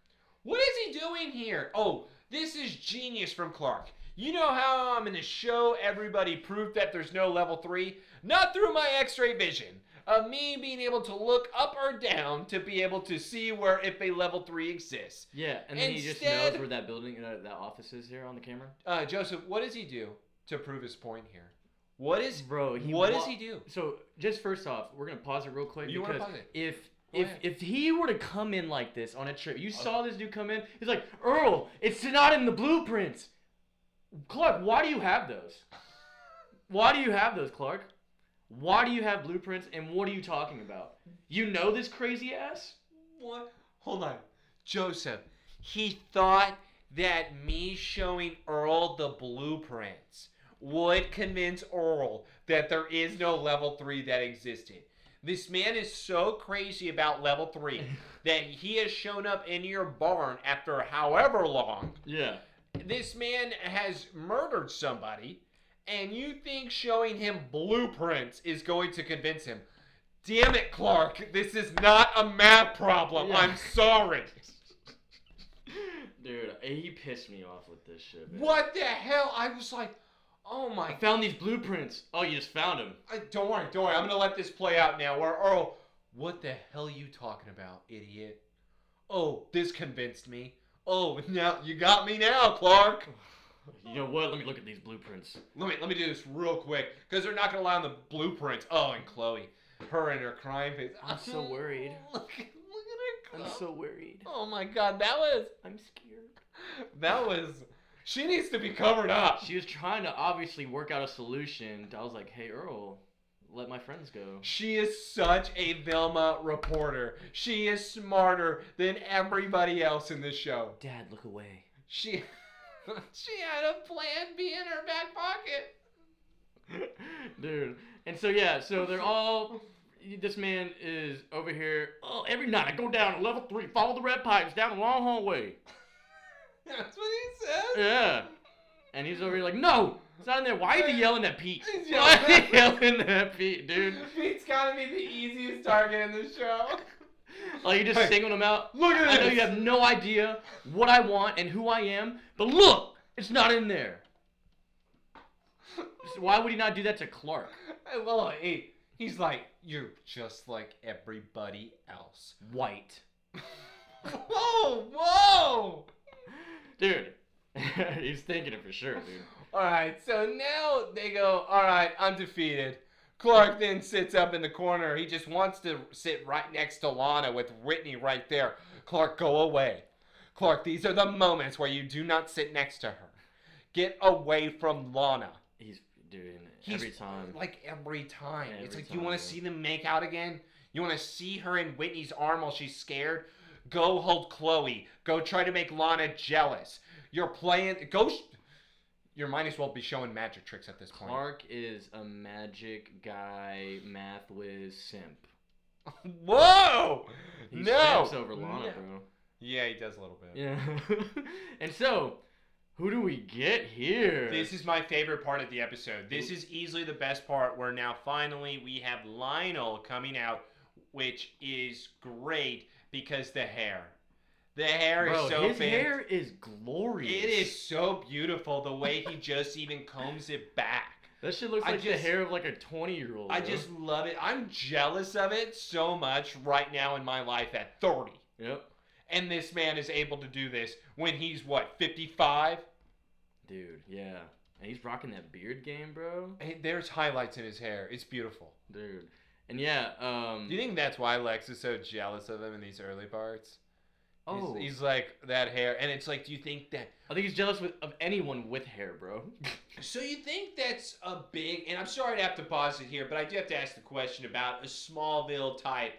Speaker 2: What is he doing here? Oh, this is genius from Clark. You know how I'm going to show everybody proof that there's no level three? Not through my x ray vision. Of me being able to look up or down to be able to see where if a level three exists.
Speaker 1: Yeah, and then he just
Speaker 2: Instead-
Speaker 1: knows where that building, uh, that office is here on the camera.
Speaker 2: Uh, Joseph, what does he do to prove his point here? What is
Speaker 1: Bro, he
Speaker 2: what
Speaker 1: wa-
Speaker 2: does he do?
Speaker 1: So just first off, we're gonna pause it real quick
Speaker 2: You wanna
Speaker 1: because
Speaker 2: pause it?
Speaker 1: if
Speaker 2: Go
Speaker 1: if
Speaker 2: ahead.
Speaker 1: if he were to come in like this on a trip, you saw this dude come in. He's like, Earl, it's not in the blueprints. Clark, why do you have those? Why do you have those, Clark? Why do you have blueprints, and what are you talking about? You know this crazy ass?
Speaker 2: What? Hold on. Joseph, he thought that me showing Earl the blueprints would convince Earl that there is no level three that existed. This man is so crazy about level three that he has shown up in your barn after however long.
Speaker 1: Yeah.
Speaker 2: This man has murdered somebody, and you think showing him blueprints is going to convince him. Damn it, Clark. This is not a math problem.
Speaker 1: Yeah.
Speaker 2: I'm sorry.
Speaker 1: Dude, eh, he pissed me off with this shit. man.
Speaker 2: What the hell? I was like, oh my.
Speaker 1: I found these blueprints. Oh, you just found them.
Speaker 2: I, don't worry, don't worry. I'm gonna let this play out now. Where Earl, what the hell you talking about, idiot? Oh, this convinced me. Oh, now you got me now, Clark.
Speaker 1: You know what? Let me look at these blueprints.
Speaker 2: Let me let me do this real quick because they're not gonna allow in the blueprints. Oh, and Chloe, her and her crying face. Oh,
Speaker 1: I'm so worried.
Speaker 2: look, look at her.
Speaker 1: I'm
Speaker 2: Chloe.
Speaker 1: so worried.
Speaker 2: Oh my God, that was
Speaker 1: I'm scared.
Speaker 2: that was. She needs to be covered up.
Speaker 1: She was trying to obviously work out a solution. I was like, hey, Earl, let my friends go.
Speaker 2: She is such a Velma reporter. She is smarter than everybody else in this show.
Speaker 1: Dad, look away.
Speaker 2: She she had a plan B in her back pocket.
Speaker 1: Dude. And so, yeah, so they're all. This man is over here. Oh, every night I go down to level three, follow the red pipes down the long hallway.
Speaker 2: That's what he says.
Speaker 1: Yeah. And he's over here like, no, it's not in there. Why are you yelling at Pete?
Speaker 2: He's
Speaker 1: Why
Speaker 2: yelling
Speaker 1: are you
Speaker 2: at-
Speaker 1: yelling at Pete, dude?
Speaker 2: Pete's gotta be the easiest target in the show.
Speaker 1: Like, you're just
Speaker 2: Hey.
Speaker 1: singling him out.
Speaker 2: Look at
Speaker 1: I
Speaker 2: this.
Speaker 1: know you have no idea what I want and who I am, but look, it's not in there. So why would he not do that to Clark?
Speaker 2: I love it. He- He's like, you're just like everybody else.
Speaker 1: White.
Speaker 2: whoa, whoa!
Speaker 1: Dude, he's thinking it for sure, dude.
Speaker 2: Alright, so now they go, alright, I'm defeated. Clark then sits up in the corner. He just wants to sit right next to Lana with Whitney right there. Clark, go away. Clark, these are the moments where you do not sit next to her. Get away from Lana.
Speaker 1: He's doing it
Speaker 2: He's-
Speaker 1: every time.
Speaker 2: Like every time. it's
Speaker 1: Every
Speaker 2: like, you want
Speaker 1: time.
Speaker 2: to see them make out again? You want to see her in Whitney's arm while she's scared? Go hold Chloe. Go try to make Lana jealous. You're playing. Go. Sh- you might as well be showing magic tricks at this point.
Speaker 1: Clark is a magic guy, math whiz simp.
Speaker 2: Whoa!
Speaker 1: He
Speaker 2: no!
Speaker 1: simps over Lana,
Speaker 2: No.
Speaker 1: bro.
Speaker 2: Yeah, he does a little bit.
Speaker 1: Yeah. and so, who do we get here?
Speaker 2: This is my favorite part of the episode. This is easily the best part where now finally we have Lionel coming out, which is great because the hair. The hair
Speaker 1: bro,
Speaker 2: is so
Speaker 1: his
Speaker 2: fan-
Speaker 1: hair is glorious.
Speaker 2: It is so beautiful the way he just even combs it back.
Speaker 1: That shit looks
Speaker 2: I
Speaker 1: like the
Speaker 2: just-
Speaker 1: hair of like a twenty-year-old.
Speaker 2: I just love it. I'm jealous of it so much right now in my life at 30.
Speaker 1: Yep.
Speaker 2: And this man is able to do this when he's what, 55?
Speaker 1: Dude, yeah. And he's rocking that beard game, bro.
Speaker 2: Hey, There's highlights in his hair. It's beautiful.
Speaker 1: Dude. And yeah, um
Speaker 2: Do you think that's why Lex is so jealous of him in these early parts? He's-
Speaker 1: Oh,
Speaker 2: He's, like that hair, and it's like, do you think that?
Speaker 1: I think he's jealous with, of anyone with hair, bro.
Speaker 2: So you think that's a big? And I'm sorry to have to pause it here, but I do have to ask the question about a Smallville type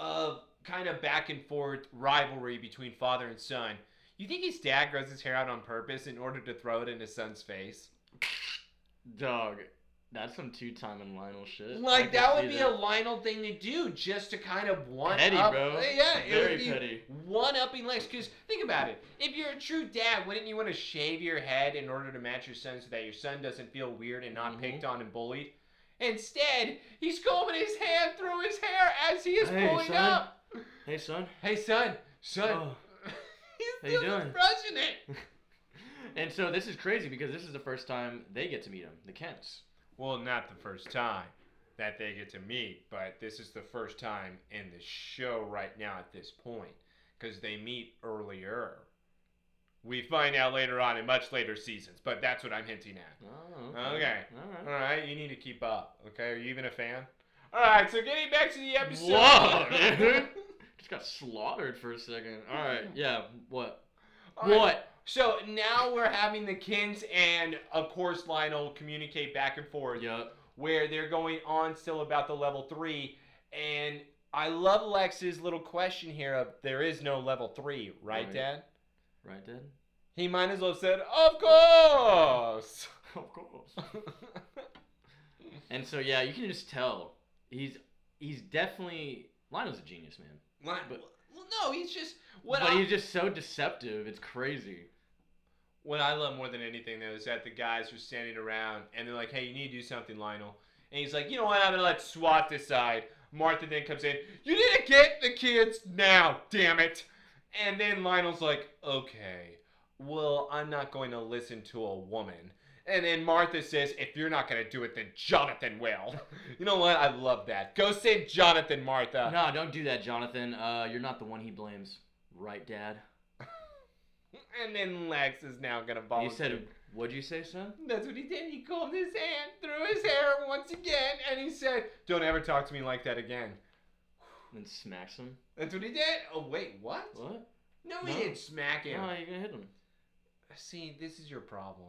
Speaker 2: of kind of back and forth rivalry between father and son. You think his dad grows his hair out on purpose in order to throw it in his son's face?
Speaker 1: Dog. That's some two time and Lionel shit. I
Speaker 2: Like
Speaker 1: can
Speaker 2: that
Speaker 1: see
Speaker 2: would be a Lionel thing to do, just to kind of one
Speaker 1: petty,
Speaker 2: up.
Speaker 1: bro.
Speaker 2: Yeah, it
Speaker 1: Very
Speaker 2: would be
Speaker 1: petty.
Speaker 2: one upping Lex. Because think about it. If you're a true dad, wouldn't you want to shave your head in order to match your son so that your son doesn't feel weird and not
Speaker 1: Mhm.
Speaker 2: picked on and bullied? Instead, he's combing his hand through his hair as he is
Speaker 1: Hey,
Speaker 2: pulling
Speaker 1: son.
Speaker 2: up.
Speaker 1: Hey son.
Speaker 2: Hey, son. Son.
Speaker 1: Oh. How
Speaker 2: he's
Speaker 1: you
Speaker 2: still just
Speaker 1: doing?
Speaker 2: brushing it.
Speaker 1: And so this is crazy because this is the first time they get to meet him, the Kents.
Speaker 2: Well, not the first time that they get to meet, but this is the first time in the show right now at this point because they meet earlier. We find out later on in much later seasons, but that's what I'm hinting at.
Speaker 1: Oh,
Speaker 2: Okay.
Speaker 1: All
Speaker 2: All
Speaker 1: right.
Speaker 2: right, you need to keep up. Okay, are you even a fan? All right, so getting back to the episode.
Speaker 1: Whoa, dude. Just got slaughtered for a second. All right. Yeah. What?
Speaker 2: All right,
Speaker 1: What?
Speaker 2: So now we're having the Kins and, of course, Lionel communicate back and forth.
Speaker 1: Yup.
Speaker 2: where they're going on still about the level three. And I love Lex's little question here of there is no level three, right,
Speaker 1: Right.
Speaker 2: Dad?
Speaker 1: Right, Dad?
Speaker 2: He might as well have said, Of course.
Speaker 1: Of course. And so yeah, you can just tell he's he's definitely Lionel's a genius man,
Speaker 2: Lion-
Speaker 1: But-
Speaker 2: well, no, he's just what
Speaker 1: but
Speaker 2: I
Speaker 1: he's just so deceptive. It's crazy.
Speaker 2: what I love more than anything though is that the guys were standing around and they're like, "Hey, you need to do something, Lionel." And he's like, "You know what? I'm gonna let SWAT decide." Martha then comes in. You need to get the kids now, damn it! And then Lionel's like, "Okay, well, I'm not going to listen to a woman." And then Martha says, "If you're not gonna do it, then Jonathan will." you know what? I love that. Go save Jonathan, Martha.
Speaker 1: no, don't do that, Jonathan. Uh, you're not the one he blames, right, Dad?
Speaker 2: And then Lex is now gonna
Speaker 1: You
Speaker 2: volunteer.
Speaker 1: said What'd you say, son?
Speaker 2: That's what he did. He combed his hand, threw his hair once again, and he said, Don't ever talk to me like that again.
Speaker 1: And then smacks him.
Speaker 2: That's what he did. Oh, wait, what?
Speaker 1: What?
Speaker 2: No, he
Speaker 1: No.
Speaker 2: didn't smack him.
Speaker 1: No, you're gonna hit him.
Speaker 2: See, this is your problem.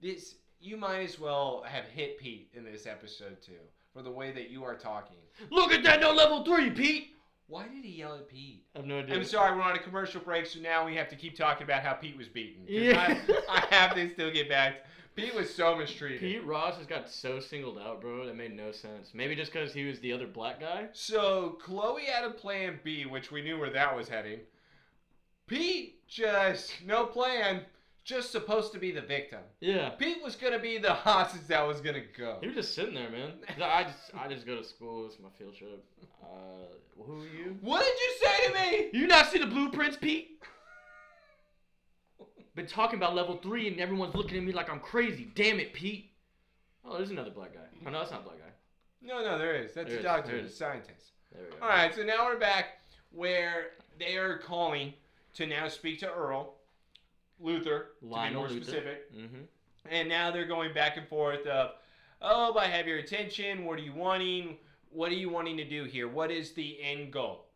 Speaker 2: This you might as well have hit Pete in this episode too, for the way that you are talking.
Speaker 1: Look at that, no level three, Pete.
Speaker 2: Why did he yell at Pete?
Speaker 1: I have no idea.
Speaker 2: I'm sorry, we're on a commercial break, so now we have to keep talking about how Pete was beaten. 'Cause
Speaker 1: Yeah.
Speaker 2: I, I have to still get back. Pete was so mistreated.
Speaker 1: Pete Ross has got so singled out, bro. That made no sense. Maybe just because he was the other black guy.
Speaker 2: So Chloe had a plan B, which we knew where that was heading. Pete just no plan, just supposed to be the victim.
Speaker 1: Yeah.
Speaker 2: Pete was gonna be the hostage that was gonna go.
Speaker 1: He was just sitting there, man. He's like, I just, I just go to school. It's my field trip. Uh, who are you?
Speaker 2: What did you say to me?
Speaker 1: You not see the blueprints, Pete? Been talking about level three, and everyone's looking at me like I'm crazy. Damn it, Pete. Oh, there's another black guy. Oh, no, that's not a black guy.
Speaker 2: No, no, there is. That's
Speaker 1: There
Speaker 2: a
Speaker 1: is,
Speaker 2: doctor,
Speaker 1: there
Speaker 2: a
Speaker 1: is.
Speaker 2: scientist.
Speaker 1: There we go.
Speaker 2: All right, so now we're back where they are calling to now speak to Earl, Luther, to be
Speaker 1: Lionel
Speaker 2: more
Speaker 1: Luther.
Speaker 2: specific.
Speaker 1: Mm-hmm.
Speaker 2: And now they're going back and forth of, oh, I have your attention. What are you wanting? What are you wanting to do here? What is the end goal?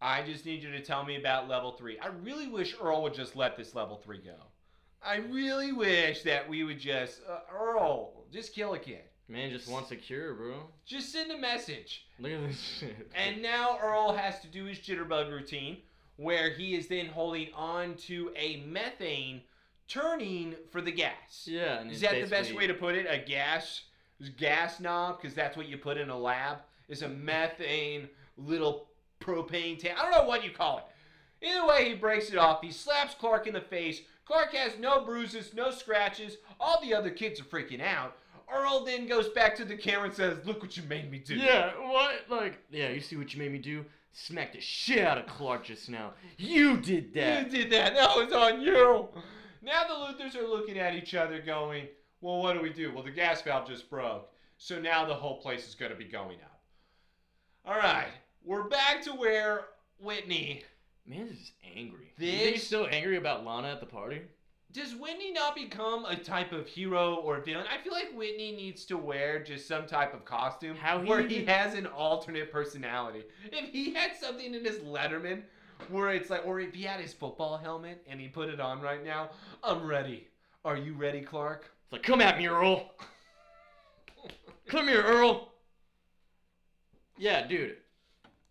Speaker 2: I just need you to tell me about level three. I really wish Earl would just let this level three go. I really wish that we would just, uh, Earl, just kill a kid.
Speaker 1: Man just wants a cure, bro.
Speaker 2: Just send a message.
Speaker 1: Look at this shit.
Speaker 2: And now Earl has to do his jitterbug routine, where he is then holding on to a methane turning for the gas.
Speaker 1: yeah, and
Speaker 2: Is
Speaker 1: it's
Speaker 2: that the best
Speaker 1: basically-
Speaker 2: way to put it? A gas gas knob, because that's what you put in a lab. Is a methane little propane tank. I don't know what you call it. Either way, he breaks it off. He slaps Clark in the face. Clark has no bruises, no scratches. All the other kids are freaking out. Earl then goes back to the camera and says, "Look what you made me do."
Speaker 1: Yeah, what? Like, yeah, you see what you made me do? Smack the shit out of Clark just now. You did
Speaker 2: You
Speaker 1: that.
Speaker 2: did that. That was on you. Now the Luthers are looking at each other going, well, what do we do? Well, the gas valve just broke. So now the whole place is going to be going up. All right. We're back to where Whitney.
Speaker 1: Man, this is angry.
Speaker 2: This-
Speaker 1: You think he's so angry about Lana at the party?
Speaker 2: Does Whitney not become a type of hero or villain? I feel like Whitney needs to wear just some type of costume
Speaker 1: How he
Speaker 2: where he
Speaker 1: even-
Speaker 2: has an alternate personality. If he had something in his Letterman where it's like, or if he had his football helmet and he put it on right now, I'm ready. Are you ready, Clark?
Speaker 1: It's like, come at me, Earl. Come here, Earl. Yeah, dude.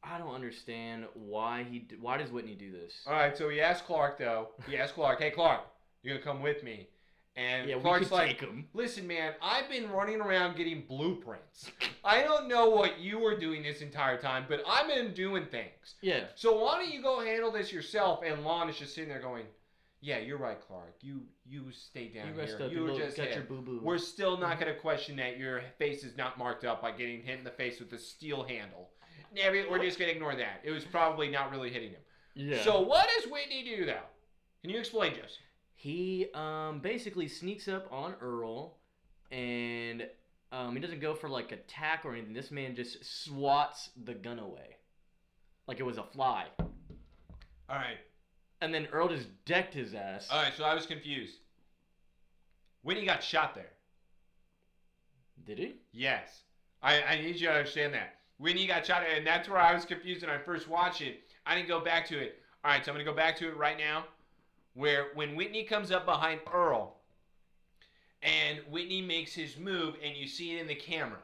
Speaker 1: I don't understand why he. d- Why does Whitney do this?
Speaker 2: All right, so he asked Clark though. He asked Clark, "Hey Clark, you gonna come with me?" And
Speaker 1: yeah, we
Speaker 2: Clark's
Speaker 1: could
Speaker 2: like,
Speaker 1: take him.
Speaker 2: "Listen, man, I've been running around getting blueprints. I don't know what you were doing this entire time, but I've been doing things.
Speaker 1: Yeah.
Speaker 2: So why don't you go handle this yourself?" And Lon is just sitting there going, "Yeah, you're right, Clark. You you stay down
Speaker 1: You rest
Speaker 2: here.
Speaker 1: up.
Speaker 2: you
Speaker 1: You
Speaker 2: were
Speaker 1: little,
Speaker 2: just
Speaker 1: got
Speaker 2: hit.
Speaker 1: your Mm-hmm. boo boo.
Speaker 2: We're still not gonna question that your face is not marked up by getting hit in the face with a steel handle. Yeah, we- we're just gonna ignore that. It was probably not really hitting him."
Speaker 1: Yeah.
Speaker 2: So what does Whitney do though? Can you explain, Joseph?
Speaker 1: He um, basically sneaks up on Earl, and um, he doesn't go for like attack or anything. This man just swats the gun away, like it was a fly.
Speaker 2: All right.
Speaker 1: And then Earl just decked his ass.
Speaker 2: All right. So I was confused. Whitney got shot there.
Speaker 1: Did he?
Speaker 2: Yes. I, I need you to understand that. Whitney got shot, and that's where I was confused when I first watched it. I didn't go back to it. All right, so I'm going to go back to it right now. Where when Whitney comes up behind Earl, and Whitney makes his move, and you see it in the camera.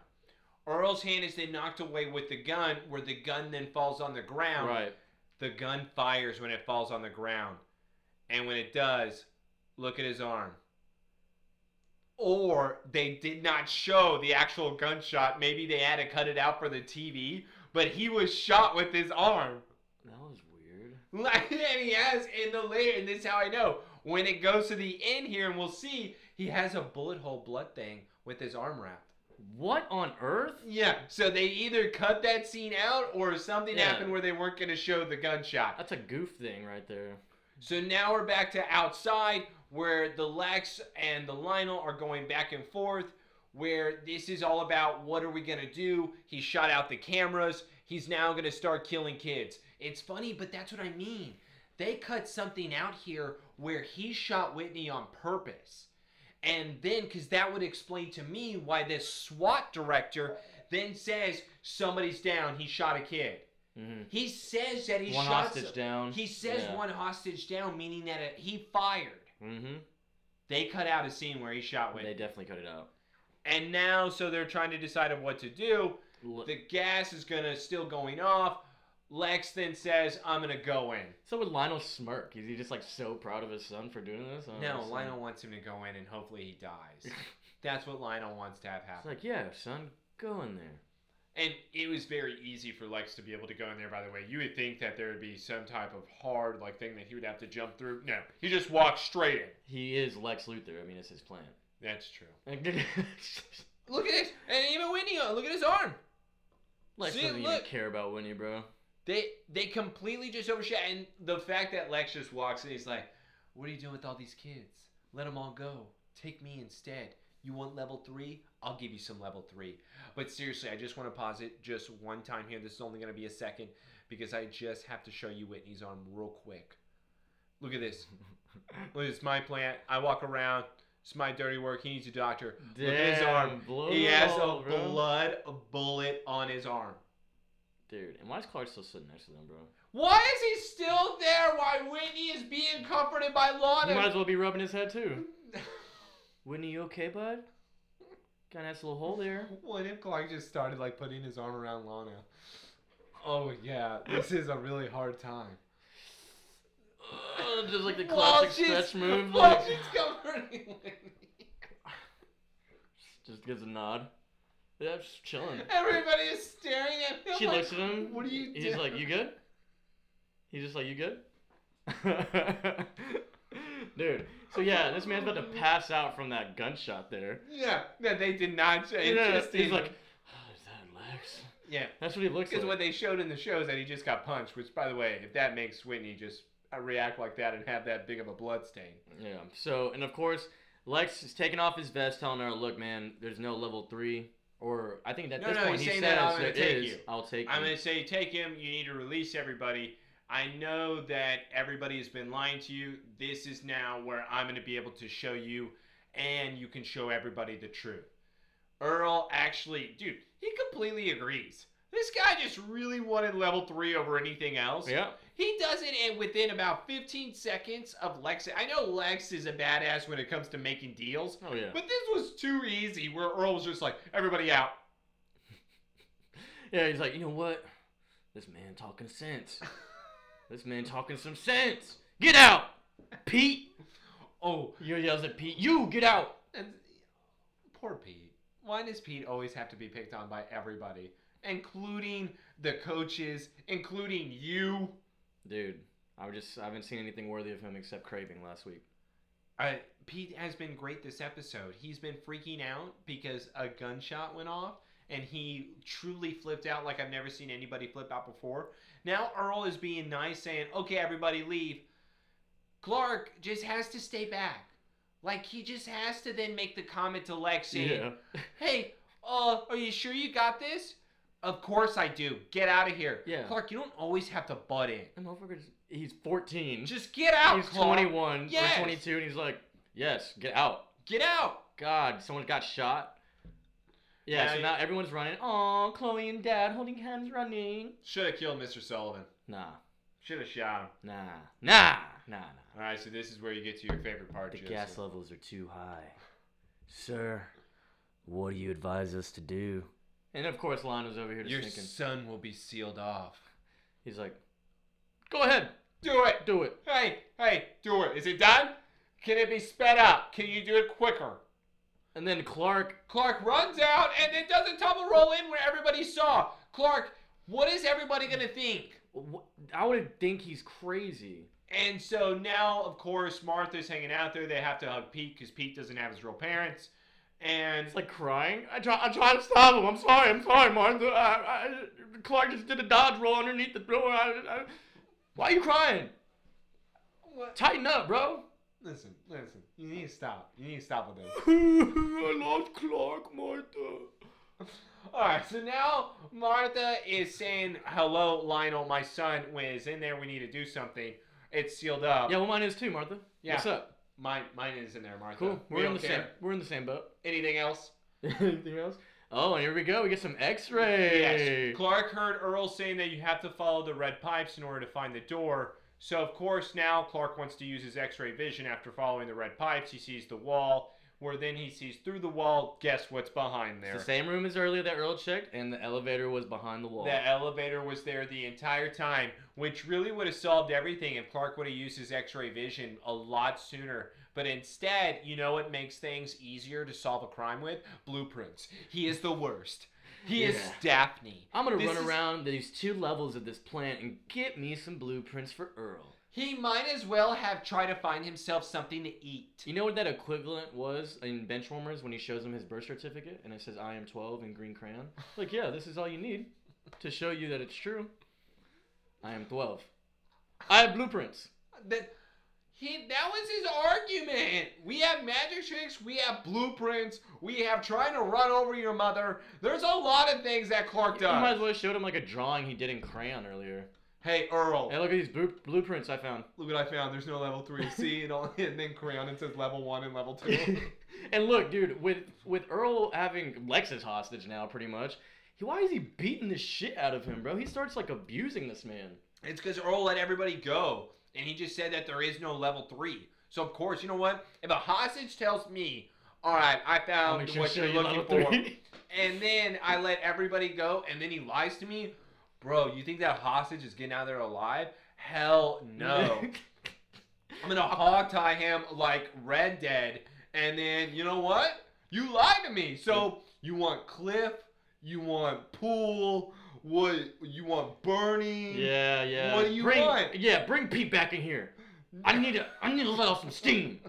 Speaker 2: Earl's hand is then knocked away with the gun, where the gun then falls on the ground.
Speaker 1: Right.
Speaker 2: The gun fires when it falls on the ground. And when it does, look at his arm. Or they did not show the actual gunshot. Maybe they had to cut it out for the TV, but he was shot with his arm.
Speaker 1: That was weird.
Speaker 2: Like, and he has in the later, and this is how I know. When it goes to the end here, and we'll see, he has a bullet hole blood thing with his arm wrapped.
Speaker 1: What on earth?
Speaker 2: Yeah, so they either cut that scene out or something
Speaker 1: Yeah.
Speaker 2: happened where they weren't going to show the gunshot.
Speaker 1: That's a goof thing right there.
Speaker 2: So now we're back to outside where the Lex and the Lionel are going back and forth. Where this is all about what are we gonna do? He shot out the cameras. He's now gonna start killing kids. It's funny, but that's what I mean. They cut something out here where he shot Whitney on purpose. And then, because that would explain to me why this SWAT director then says somebody's down, he shot a kid.
Speaker 1: hmm
Speaker 2: He says that he
Speaker 1: One
Speaker 2: shot.
Speaker 1: hostage
Speaker 2: some-
Speaker 1: down.
Speaker 2: He says
Speaker 1: Yeah.
Speaker 2: one hostage down, meaning that it, he fired.
Speaker 1: Mm-hmm.
Speaker 2: They cut out a scene where he shot
Speaker 1: They
Speaker 2: Whitney.
Speaker 1: definitely cut it out.
Speaker 2: And now, so they're trying to decide on what to do.
Speaker 1: L-
Speaker 2: The gas is gonna still going off. Lex then says, "I'm gonna go in."
Speaker 1: so would Lionel smirk? Is he just like so proud of his son for doing this? I don't
Speaker 2: No,
Speaker 1: understand.
Speaker 2: Lionel wants him to go in, and hopefully he dies. That's what Lionel wants to have
Speaker 1: It's
Speaker 2: happen.
Speaker 1: like, yeah, son, go in there.
Speaker 2: And it was very easy for Lex to be able to go in there. By the way, you would think that there would be some type of hard like thing that he would have to jump through. No, he just walks straight in.
Speaker 1: He is Lex Luthor. I mean, it's his plan.
Speaker 2: That's true.
Speaker 1: Lex
Speaker 2: Look at it, and even Winnie, look at his arm. See,
Speaker 1: doesn't even
Speaker 2: look.
Speaker 1: care about Winnie, bro.
Speaker 2: They they completely just overshadowed. And the fact that Lex just walks in, he's like, "What are you doing with all these kids? Let them all go. Take me instead. You want level three? I'll give you some level three. But seriously, I just want to pause it just one time here. This is only going to be a second because I just have to show you Whitney's arm real quick. Look at this. Look, it's my plant. I walk around. It's my dirty work. He needs a doctor. Look at his arm.
Speaker 1: Blow
Speaker 2: he has a
Speaker 1: all, bro.
Speaker 2: blood bullet on his arm.
Speaker 1: Dude, and why is Clark still sitting next to them, bro?
Speaker 2: Why is he still there? Why Whitney is being comforted by
Speaker 1: He might
Speaker 2: Lana?
Speaker 1: as well be rubbing his head too. Whitney, you okay, bud? Got a nice little hole there.
Speaker 2: what if Clark just started like putting his arm around Lana? Oh yeah, this is a really hard time.
Speaker 1: Uh, just like the
Speaker 2: While
Speaker 1: classic stretch move.
Speaker 2: while
Speaker 1: Like,
Speaker 2: she's comforting Whitney.
Speaker 1: just gives a nod. Yeah, just chilling.
Speaker 2: Everybody is staring at him.
Speaker 1: She
Speaker 2: like,
Speaker 1: looks at him.
Speaker 2: What are you
Speaker 1: He's
Speaker 2: doing?
Speaker 1: like, "You good?" He's just like, "You good?" Dude. So yeah, this man's about to pass out from that gunshot there.
Speaker 2: Yeah, no, they did not change.
Speaker 1: Yeah,
Speaker 2: just
Speaker 1: he's
Speaker 2: even-
Speaker 1: like, oh, "Is that Lex?"
Speaker 2: yeah.
Speaker 1: That's what he looks
Speaker 2: Because
Speaker 1: like.
Speaker 2: what they showed in the show is that he just got punched. Which, by the way, if that makes Whitney just uh, react like that and have that big of a blood stain.
Speaker 1: Yeah. So, and of course, Lex is taking off his vest, telling her, "Look, man, there's no level three, or I think at
Speaker 2: No,
Speaker 1: this
Speaker 2: no,
Speaker 1: point
Speaker 2: he's
Speaker 1: he says
Speaker 2: saying that, "I'm
Speaker 1: there
Speaker 2: gonna take
Speaker 1: is,
Speaker 2: you.
Speaker 1: I'll take
Speaker 2: I'm
Speaker 1: you."
Speaker 2: going to say take him. You need to release everybody. I know that everybody has been lying to you. This is now where I'm going to be able to show you, and you can show everybody the truth. Earl actually, dude, he completely agrees. This guy just really wanted level three over anything else.
Speaker 1: Oh, yeah.
Speaker 2: He does it in within about 15 seconds of Lex. I know Lex is a badass when it comes to making deals,
Speaker 1: Oh yeah.
Speaker 2: but this was too easy where Earl was just like, everybody out.
Speaker 1: Yeah. He's like, you know what? This man talking sense. this man talking some sense. Get out, Pete.
Speaker 2: Oh,
Speaker 1: You yells at Pete. You get out.
Speaker 2: And poor Pete. Why does Pete always have to be picked on by everybody, including the coaches, including you?
Speaker 1: Dude, I would just I haven't seen anything worthy of him except craving last week.
Speaker 2: Uh, Pete has been great this episode. He's been freaking out because a gunshot went off, and he truly flipped out like I've never seen anybody flip out before. Now Earl is being nice, saying, "Okay, everybody, leave." Clark just has to stay back. Like he just has to then make the comment to Lex saying,
Speaker 1: Yeah.
Speaker 2: Hey, uh, are you sure you got this? Of course I do. Get out of here.
Speaker 1: Yeah.
Speaker 2: Clark, you don't always have to butt in.
Speaker 1: And motherfucker's he's 14.
Speaker 2: Just get out,
Speaker 1: he's
Speaker 2: Clark.
Speaker 1: 21
Speaker 2: Yes.
Speaker 1: or 22, and he's like, yes, get out.
Speaker 2: Get out.
Speaker 1: God, someone got shot. Yeah,
Speaker 2: Now
Speaker 1: so
Speaker 2: you-
Speaker 1: now everyone's running. Oh, Chloe and Dad holding hands running.
Speaker 2: Should have killed Mr. Sullivan.
Speaker 1: Nah,
Speaker 2: Should have shot him.
Speaker 1: nah, nah, nah, nah.
Speaker 2: All right, so this is where you get to your favorite part,
Speaker 1: The
Speaker 2: Joseph.
Speaker 1: gas levels are too high. Sir, what do you advise us to do? And of course, Lionel's over here just
Speaker 2: Your
Speaker 1: thinking.
Speaker 2: son will be sealed off.
Speaker 1: He's like, go ahead,
Speaker 2: Do it.
Speaker 1: do it.
Speaker 2: Hey, hey, do it. Is it done? Can it be sped up? Can you do it quicker?
Speaker 1: And then Clark,
Speaker 2: Clark runs out and then does a tumble roll in where everybody saw. Clark, what is everybody going to think?
Speaker 1: wh- I would think he's crazy.
Speaker 2: And so now, of course, Martha's hanging out there. They have to hug Pete because Pete doesn't have his real parents. And
Speaker 1: It's like crying. I try, I try to stop him. I'm sorry. I'm sorry, Martha. I, I, Clark just did a dodge roll underneath the thrower. I, I, why are you crying?
Speaker 2: what?
Speaker 1: Tighten up, bro.
Speaker 2: listen, listen, you need to stop. You need to stop with this.
Speaker 1: I lost Clark, Martha.
Speaker 2: All right, so now Martha is saying, "Hello, Lionel, my son was in there. We need to do something. It's sealed up."
Speaker 1: Yeah, well, mine is too, Martha.
Speaker 2: Yeah.
Speaker 1: What's up?
Speaker 2: Mine, mine is in there, Martha.
Speaker 1: Cool.
Speaker 2: We
Speaker 1: We're in
Speaker 2: don't
Speaker 1: the
Speaker 2: care.
Speaker 1: same. We're in the same boat.
Speaker 2: Anything else?
Speaker 1: Anything else? Oh, and here we go. We get some X-ray.
Speaker 2: Yes. Clark heard Earl saying that you have to follow the red pipes in order to find the door. So, of course, now Clark wants to use his x ray vision after following the red pipes. He sees the wall, where then he sees through the wall, guess what's behind
Speaker 1: It's
Speaker 2: there?
Speaker 1: the same room as earlier that Earl checked, and the elevator was behind the wall.
Speaker 2: The elevator was there the entire time, which really would have solved everything if Clark would have used his x ray vision a lot sooner. But instead, you know what makes things easier to solve a crime with? Blueprints. He is the worst. He is
Speaker 1: Yeah.
Speaker 2: Daphne.
Speaker 1: I'm gonna
Speaker 2: This
Speaker 1: run
Speaker 2: is-
Speaker 1: around these two levels of this plant and get me some blueprints for Earl.
Speaker 2: He might as well have tried to find himself something to eat.
Speaker 1: You know what that equivalent was in Benchwarmers when he shows him his birth certificate and it says I am 12 in green crayon? Like, yeah, this is all you need to show you that it's true. I am 12. I have blueprints.
Speaker 2: That he that was his argument. We have magic tricks, we have blueprints, we have trying to run over your mother. There's a lot of things that Clark
Speaker 1: You might
Speaker 2: does.
Speaker 1: as well have showed him like a drawing he did in crayon earlier.
Speaker 2: Hey Earl,
Speaker 1: Hey, look at these blu- blueprints I found.
Speaker 2: look what I found. There's no level three. See, and, all, and then crayon it says level one and level two.
Speaker 1: and look, dude, with with Earl having Lexus hostage now, pretty much, he, why is he beating the shit out of him, bro? He starts like abusing this man.
Speaker 2: It's because Earl let everybody go, and he just said that there is no level three. So of course, you know what? If a hostage tells me, "All right, I
Speaker 1: I'll
Speaker 2: found
Speaker 1: make sure to
Speaker 2: what
Speaker 1: show
Speaker 2: you're
Speaker 1: you
Speaker 2: looking
Speaker 1: level
Speaker 2: for,"
Speaker 1: three.
Speaker 2: and then I let everybody go, and then he lies to me, bro. You think that hostage is getting out of there alive? Hell no. I'm gonna hog tie him like Red Dead, and then you know what? You lied to me. So you want Cliff? You want Pool? What? You want Bernie?
Speaker 1: yeah, yeah.
Speaker 2: What do you
Speaker 1: bring,
Speaker 2: want?
Speaker 1: Yeah, bring Pete back in here. I need to. I need to let off some steam.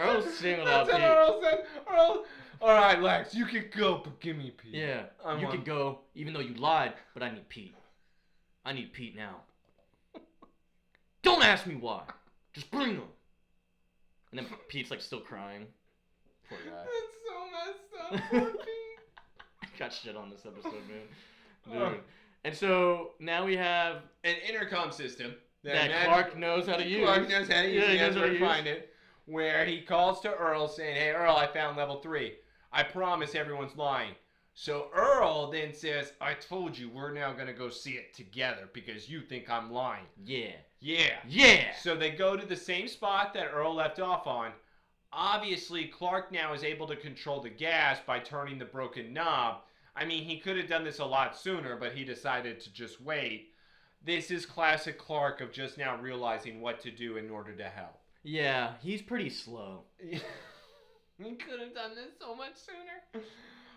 Speaker 1: Earl's singled out
Speaker 2: That's what
Speaker 1: Pete.
Speaker 2: Earl said. Earl, all right, Lex, you can go, but give me Pete.
Speaker 1: Yeah,
Speaker 2: I'm
Speaker 1: you
Speaker 2: on-
Speaker 1: can go, even though you lied. But I need Pete. I need Pete now. Don't ask me why. Just bring him. And then Pete's like still crying. Poor guy.
Speaker 2: That's so messed up. Poor Pete.
Speaker 1: got shit on this episode, man.
Speaker 2: Oh.
Speaker 1: Dude. And so now we have
Speaker 2: An intercom system
Speaker 1: that
Speaker 2: Magic-
Speaker 1: Clark knows how to use.
Speaker 2: Clark knows how to use.
Speaker 1: Yeah,
Speaker 2: it.
Speaker 1: he
Speaker 2: He
Speaker 1: knows
Speaker 2: knows
Speaker 1: how
Speaker 2: where
Speaker 1: to
Speaker 2: to
Speaker 1: use.
Speaker 2: find it. Where he calls to Earl saying, "Hey Earl, I found level three. I promise everyone's lying." So Earl then says, "I told you, we're now gonna go see it together because you think I'm lying."
Speaker 1: Yeah.
Speaker 2: Yeah.
Speaker 1: Yeah.
Speaker 2: So they go to the same spot that Earl left off on. Obviously, Clark now is able to control the gas by turning the broken knob. I mean, he could have done this a lot sooner, but he decided to just wait. This is classic Clark of just now realizing what to do in order to help.
Speaker 1: Yeah, he's pretty slow.
Speaker 2: he could have done this so much sooner.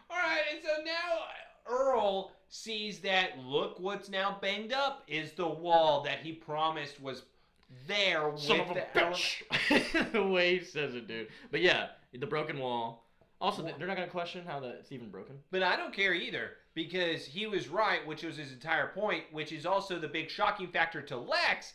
Speaker 2: All right, and so now Earl sees that look what's now banged up is the wall that he promised was there with
Speaker 1: Son of a
Speaker 2: the ele-
Speaker 1: bitch. the way he says it, dude. But yeah, the broken wall. Also, th- they're not gonna question how that it's even broken.
Speaker 2: But I don't care either because he was right, which was his entire point, which is also the big shocking factor to Lex.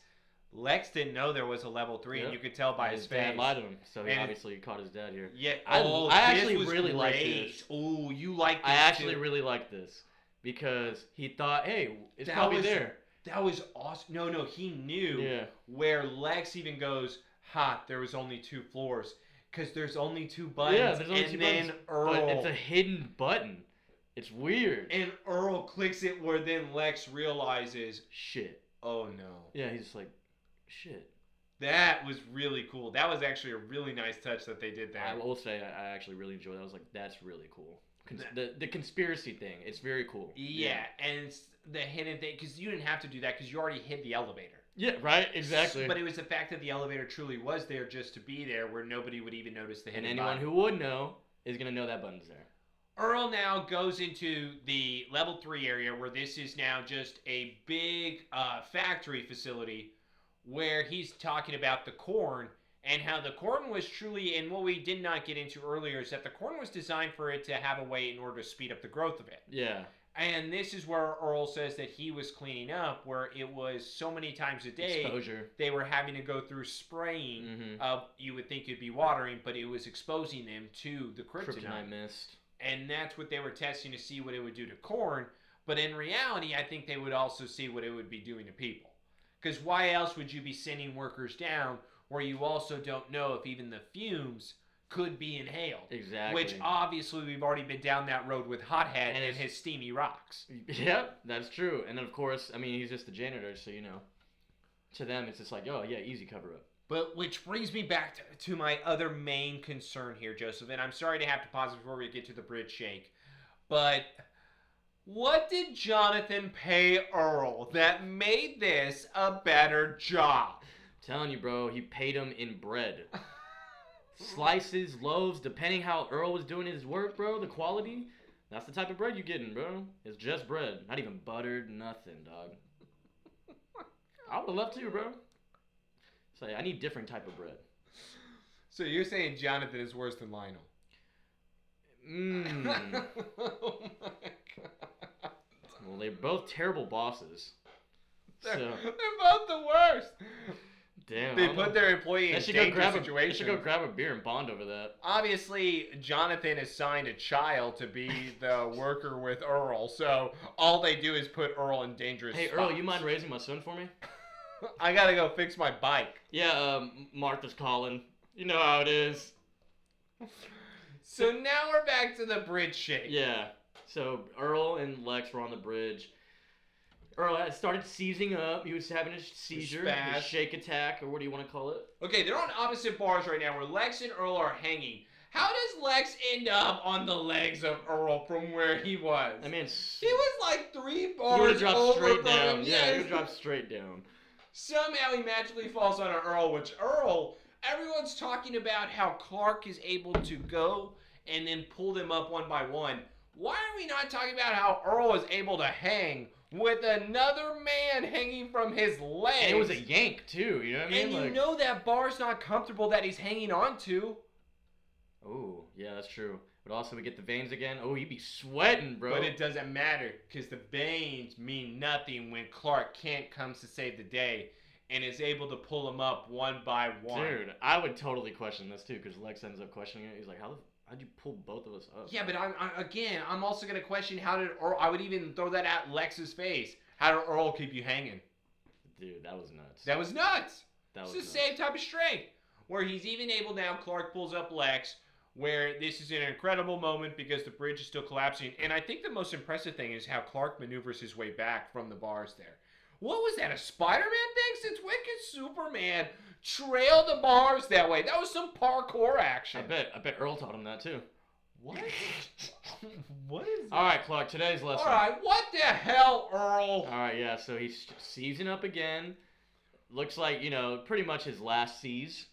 Speaker 2: Lex didn't know there was a level three,
Speaker 1: Yep.
Speaker 2: and you could tell by
Speaker 1: And
Speaker 2: his,
Speaker 1: his
Speaker 2: face.
Speaker 1: dad lied to him, so he
Speaker 2: And-
Speaker 1: obviously caught his dad here.
Speaker 2: Yeah,
Speaker 1: I-
Speaker 2: oh,
Speaker 1: I
Speaker 2: this
Speaker 1: actually
Speaker 2: was
Speaker 1: really like
Speaker 2: great.
Speaker 1: this.
Speaker 2: Oh, you like this?
Speaker 1: I actually
Speaker 2: too.
Speaker 1: really like this because he thought, hey, it's
Speaker 2: That
Speaker 1: probably
Speaker 2: was-
Speaker 1: there.
Speaker 2: that was awesome. No, no, he knew
Speaker 1: Yeah.
Speaker 2: where Lex even goes. Ha! There was only two floors because there's only two buttons.
Speaker 1: Yeah, there's only
Speaker 2: and
Speaker 1: two
Speaker 2: then
Speaker 1: buttons,
Speaker 2: Earl.
Speaker 1: But it's a hidden button. It's weird.
Speaker 2: And Earl clicks it where then Lex realizes,
Speaker 1: Shit.
Speaker 2: oh no.
Speaker 1: Yeah, he's just like, shit.
Speaker 2: That was really cool. That was actually a really nice touch that they did there.
Speaker 1: I will say I I actually really enjoyed. It. I was like, that's really cool. Cons- the the conspiracy thing, it's very cool.
Speaker 2: yeah, and it's the hidden thing because you didn't have to do that because you already hid the elevator.
Speaker 1: Yeah. Right. Exactly.
Speaker 2: But it was the fact that the elevator truly was there just to be there, where nobody would even notice the
Speaker 1: and
Speaker 2: hidden.
Speaker 1: anyone
Speaker 2: body.
Speaker 1: who would know is gonna know that button's there.
Speaker 2: Earl now goes into the level three area where this is now just a big uh, factory facility where he's talking about the corn and how the corn was truly, and what we did not get into earlier is that the corn was designed for it to have a way in order to speed up the growth of it.
Speaker 1: Yeah.
Speaker 2: And this is where Earl says that he was cleaning up, where it was so many times a day
Speaker 1: Exposure.
Speaker 2: they were having to go through spraying.
Speaker 1: hmm
Speaker 2: Uh, you would think it'd be watering, but it was exposing them to the kryptonite
Speaker 1: Kryptonite mist.
Speaker 2: and that's what they were testing to see what it would do to corn. But in reality, I think they would also see what it would be doing to people. Because why else would you be sending workers down where you also don't know if even the fumes could be inhaled?
Speaker 1: Exactly.
Speaker 2: Which obviously we've already been down that road with Hothead
Speaker 1: And
Speaker 2: and,
Speaker 1: it's-
Speaker 2: his steamy rocks.
Speaker 1: Yep, that's true. And then of course, I mean, he's just the janitor, so you know, to them it's just like, oh yeah, easy cover up.
Speaker 2: But which brings me back to, to my other main concern here, Joseph. And I'm sorry to have to pause before we get to the bridge shake. But what did Jonathan pay Earl that made this a better job?
Speaker 1: telling you, bro, he paid him in bread, slices, loaves, depending how Earl was doing his work, bro. The quality, that's the type of bread you getting, bro. It's just bread, not even buttered, nothing, dog. I would have loved to, bro. Say, I need different type of bread.
Speaker 2: So you're saying Jonathan is worse than Lionel? Mm. Hmm.
Speaker 1: Mmm.
Speaker 2: oh my god.
Speaker 1: well, they're both terrible bosses.
Speaker 2: They're,
Speaker 1: So,
Speaker 2: they're both the worst.
Speaker 1: damn. I
Speaker 2: They
Speaker 1: don't
Speaker 2: put
Speaker 1: know.
Speaker 2: their employee
Speaker 1: They
Speaker 2: in
Speaker 1: should go
Speaker 2: dangerous
Speaker 1: grab a they should
Speaker 2: situations.
Speaker 1: go grab a beer and bond over that.
Speaker 2: Obviously, Jonathan assigned a child to be the worker with Earl, so all they do is put Earl in dangerous.
Speaker 1: Hey Earl, you
Speaker 2: spots.
Speaker 1: mind raising my son for me?
Speaker 2: I gotta go fix my bike.
Speaker 1: Yeah, um, Martha's calling. You know how it is.
Speaker 2: So now we're back to the bridge shake.
Speaker 1: Yeah. So Earl and Lex were on the bridge. Earl had started seizing up. He was having a seizure, a
Speaker 2: Spaz.
Speaker 1: shake attack, or what do you want to call it?
Speaker 2: Okay, they're on opposite bars right now where Lex and Earl are hanging. How does Lex end up on the legs of Earl from where he was?
Speaker 1: I mean, s-
Speaker 2: he was like three
Speaker 1: he would have
Speaker 2: bars
Speaker 1: dropped
Speaker 2: over
Speaker 1: straight
Speaker 2: from him.
Speaker 1: down. Yeah, he would
Speaker 2: Yes.
Speaker 1: have dropped straight down.
Speaker 2: Somehow he magically falls on Earl, which Earl, everyone's talking about how Clark is able to go and then pull them up one by one. Why are we not talking about how Earl is able to hang with another man hanging from his legs?
Speaker 1: And it was a yank too. You know what I mean?
Speaker 2: And you
Speaker 1: like,
Speaker 2: know that bar's not comfortable that he's hanging on to.
Speaker 1: Oh, yeah, that's true. But also, we get the veins again. Oh, he'd be sweating, bro.
Speaker 2: But it doesn't matter because the veins mean nothing when Clark Kent comes to save the day and is able to pull them up one by one.
Speaker 1: Dude, I would totally question this too, because Lex ends up questioning it. He's like, "How the- how'd you pull both of us up?"
Speaker 2: Yeah, but I'm, i again, I'm also gonna question how did Earl. I would even throw that at Lex's face. How did Earl keep you hanging?
Speaker 1: Dude, that was nuts.
Speaker 2: That was nuts.
Speaker 1: That
Speaker 2: it's
Speaker 1: was
Speaker 2: the
Speaker 1: nuts.
Speaker 2: same type of strength where he's even able now. Clark pulls up Lex, where this is an incredible moment because the bridge is still collapsing. And I think the most impressive thing is how Clark maneuvers his way back from the bars there. What was that? A Spider-Man thing? Since when could Superman trail the bars that way? That was some parkour action.
Speaker 1: I bet. I bet Earl taught him that too.
Speaker 2: What? what is?
Speaker 1: All right, Clark. Today's lesson.
Speaker 2: All right, what the hell, Earl?
Speaker 1: All right, yeah. So he's seizing up again. Looks like you know pretty much his last seize,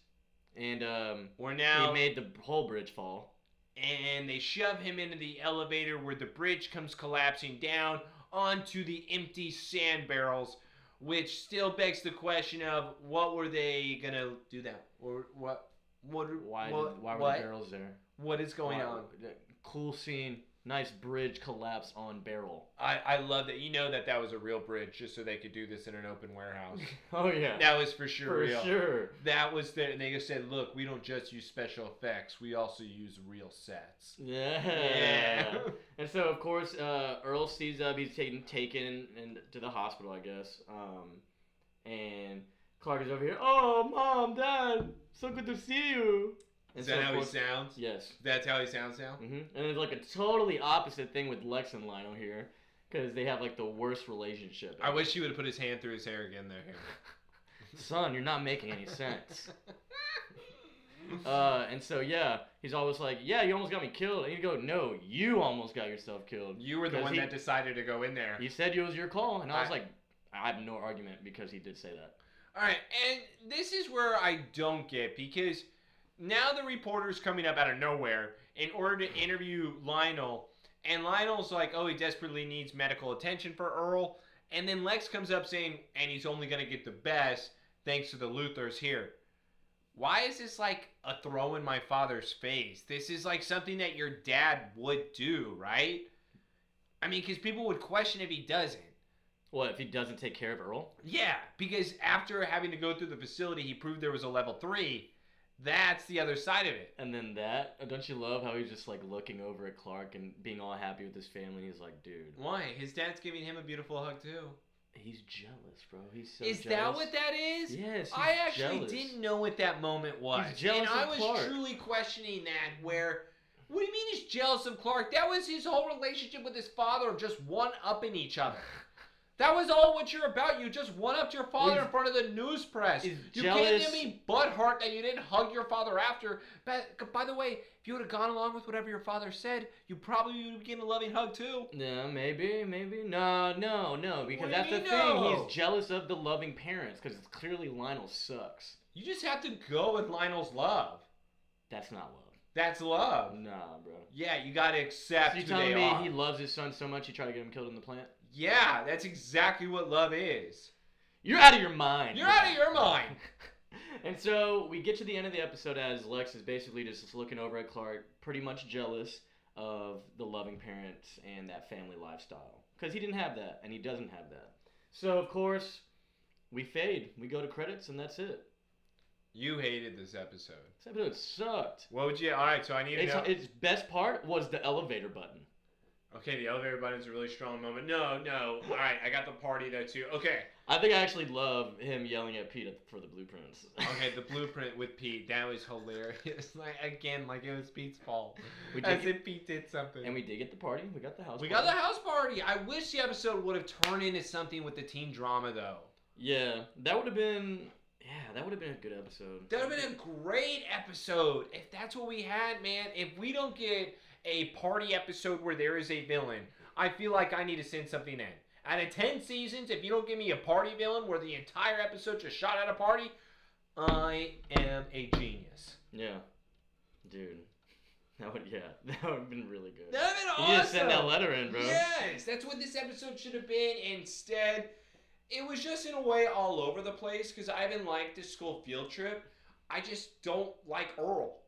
Speaker 1: and um,
Speaker 2: We're
Speaker 1: he
Speaker 2: now,
Speaker 1: made the whole bridge fall.
Speaker 2: and they shove him into the elevator where the bridge comes collapsing down onto the empty sand barrels, which still begs the question of what were they gonna do that or what? What?
Speaker 1: Why?
Speaker 2: What?
Speaker 1: did, why were
Speaker 2: what,
Speaker 1: the barrels there?
Speaker 2: what is going
Speaker 1: Why- uh,
Speaker 2: on?
Speaker 1: Cool scene. Nice bridge collapse on barrel.
Speaker 2: I I love that. You know that that was a real bridge, just so they could do this in an open warehouse.
Speaker 1: Oh yeah.
Speaker 2: that was for sure
Speaker 1: for
Speaker 2: real.
Speaker 1: sure.
Speaker 2: That was there, and they just said, "Look, we don't just use special effects; we also use real sets."
Speaker 1: Yeah. And so of course uh, Earl sees up. He's taken taken and to the hospital, I guess. Um, and Clark is over here. Oh, mom, dad, so good to see you. And
Speaker 2: Is that
Speaker 1: of
Speaker 2: how he
Speaker 1: course-
Speaker 2: sounds?
Speaker 1: Yes.
Speaker 2: That's how he sounds now?
Speaker 1: hmm And it's like a totally opposite thing with Lex and Lionel here, because they have like the worst relationship.
Speaker 2: I wish he would have put his hand through his hair again there.
Speaker 1: Son, you're not making any sense. uh, and so yeah, he's always like, yeah, you almost got me killed. And you go, no, you almost got yourself killed.
Speaker 2: you were the
Speaker 1: 'cause
Speaker 2: one
Speaker 1: he-
Speaker 2: that decided to go in there.
Speaker 1: You said it was your call, and I was
Speaker 2: I-
Speaker 1: like, I have no argument because he did say that.
Speaker 2: All right, and this is where I don't get because now the reporter's coming up out of nowhere in order to interview Lionel, and Lionel's like, "Oh, he desperately needs medical attention for Earl," and then Lex comes up saying, "And he's only gonna get the best thanks to the Luthers here." Why is this like a throw in my father's face? This is like something that your dad would do, right? I mean, because people would question if he doesn't.
Speaker 1: What if he doesn't take care of Earl?
Speaker 2: Yeah, because after having to go through the facility, he proved there was a level three. That's the other side of it.
Speaker 1: And then that, uh, don't you love how he's just like looking over at Clark and being all happy with his family? He's like, dude,
Speaker 2: Why? His dad's giving him a beautiful hug too.
Speaker 1: He's jealous, bro. He's so
Speaker 2: is that
Speaker 1: jealous.
Speaker 2: what that is?
Speaker 1: Yes.
Speaker 2: I
Speaker 1: he's
Speaker 2: actually
Speaker 1: jealous.
Speaker 2: didn't know what that moment was.
Speaker 1: He's jealous
Speaker 2: and
Speaker 1: of
Speaker 2: I was
Speaker 1: Clark.
Speaker 2: truly questioning that where what do you mean he's jealous of Clark? That was his whole relationship with his father of just one upping each other. That was all what you're about. You just one upped your father
Speaker 1: He's-
Speaker 2: in front of the news press.
Speaker 1: he's
Speaker 2: You can't
Speaker 1: jealous.
Speaker 2: give me butthurt that you didn't hug your father after. But by the way, if you would have gone along with whatever your father said, you probably would have given a loving hug too.
Speaker 1: No, maybe, maybe. No, no, no. Because
Speaker 2: do
Speaker 1: that's
Speaker 2: you
Speaker 1: the
Speaker 2: mean
Speaker 1: thing.
Speaker 2: no?
Speaker 1: He's jealous of the loving parents because it's clearly Lionel sucks.
Speaker 2: You just have to go with Lionel's love.
Speaker 1: That's not love.
Speaker 2: That's love.
Speaker 1: Nah, bro.
Speaker 2: Yeah, you gotta accept
Speaker 1: So you
Speaker 2: Oh. who
Speaker 1: telling
Speaker 2: they
Speaker 1: me
Speaker 2: are.
Speaker 1: he loves his son so much he tried to get him killed in the plant?
Speaker 2: Yeah, that's exactly what love is.
Speaker 1: You're out of your mind.
Speaker 2: You're out of your mind.
Speaker 1: and so we get to the end of the episode as Lex is basically just looking over at Clark, pretty much jealous of the loving parents and that family lifestyle. Because he didn't have that, and he doesn't have that. So, of course, we fade. We go to credits, and that's it.
Speaker 2: You hated this episode.
Speaker 1: This episode sucked.
Speaker 2: What would you? All right, so I need to
Speaker 1: Its,
Speaker 2: know.
Speaker 1: its best part was the elevator button.
Speaker 2: okay, the elevator button's a really strong moment. No, no. All right, I got the party though too. Okay,
Speaker 1: I think I actually love him yelling at Pete for the blueprints.
Speaker 2: okay. The blueprint with Pete. That was hilarious. Like again, like it was Pete's fault.
Speaker 1: We did
Speaker 2: As
Speaker 1: get-
Speaker 2: if Pete did something.
Speaker 1: and we did get the party. We got the house.
Speaker 2: we got the
Speaker 1: party.
Speaker 2: house party. I wish the episode would have turned into something with the teen drama though.
Speaker 1: Yeah, that would have been. Yeah, that would have been a good episode.
Speaker 2: That would have been a great episode if that's what we had, man. If we don't get a party episode where there is a villain, I feel like I need to send something in. Out of 10 seasons, if you don't give me a party villain where the entire episode just shot at a party, I am a genius.
Speaker 1: Yeah, dude, that would yeah, that would have been really good.
Speaker 2: That would have been
Speaker 1: You
Speaker 2: awesome.
Speaker 1: just send that letter in, bro.
Speaker 2: Yes, that's what this episode should have been. Instead, it was just in a way all over the place because I haven't liked this school field trip. I just don't like Earl.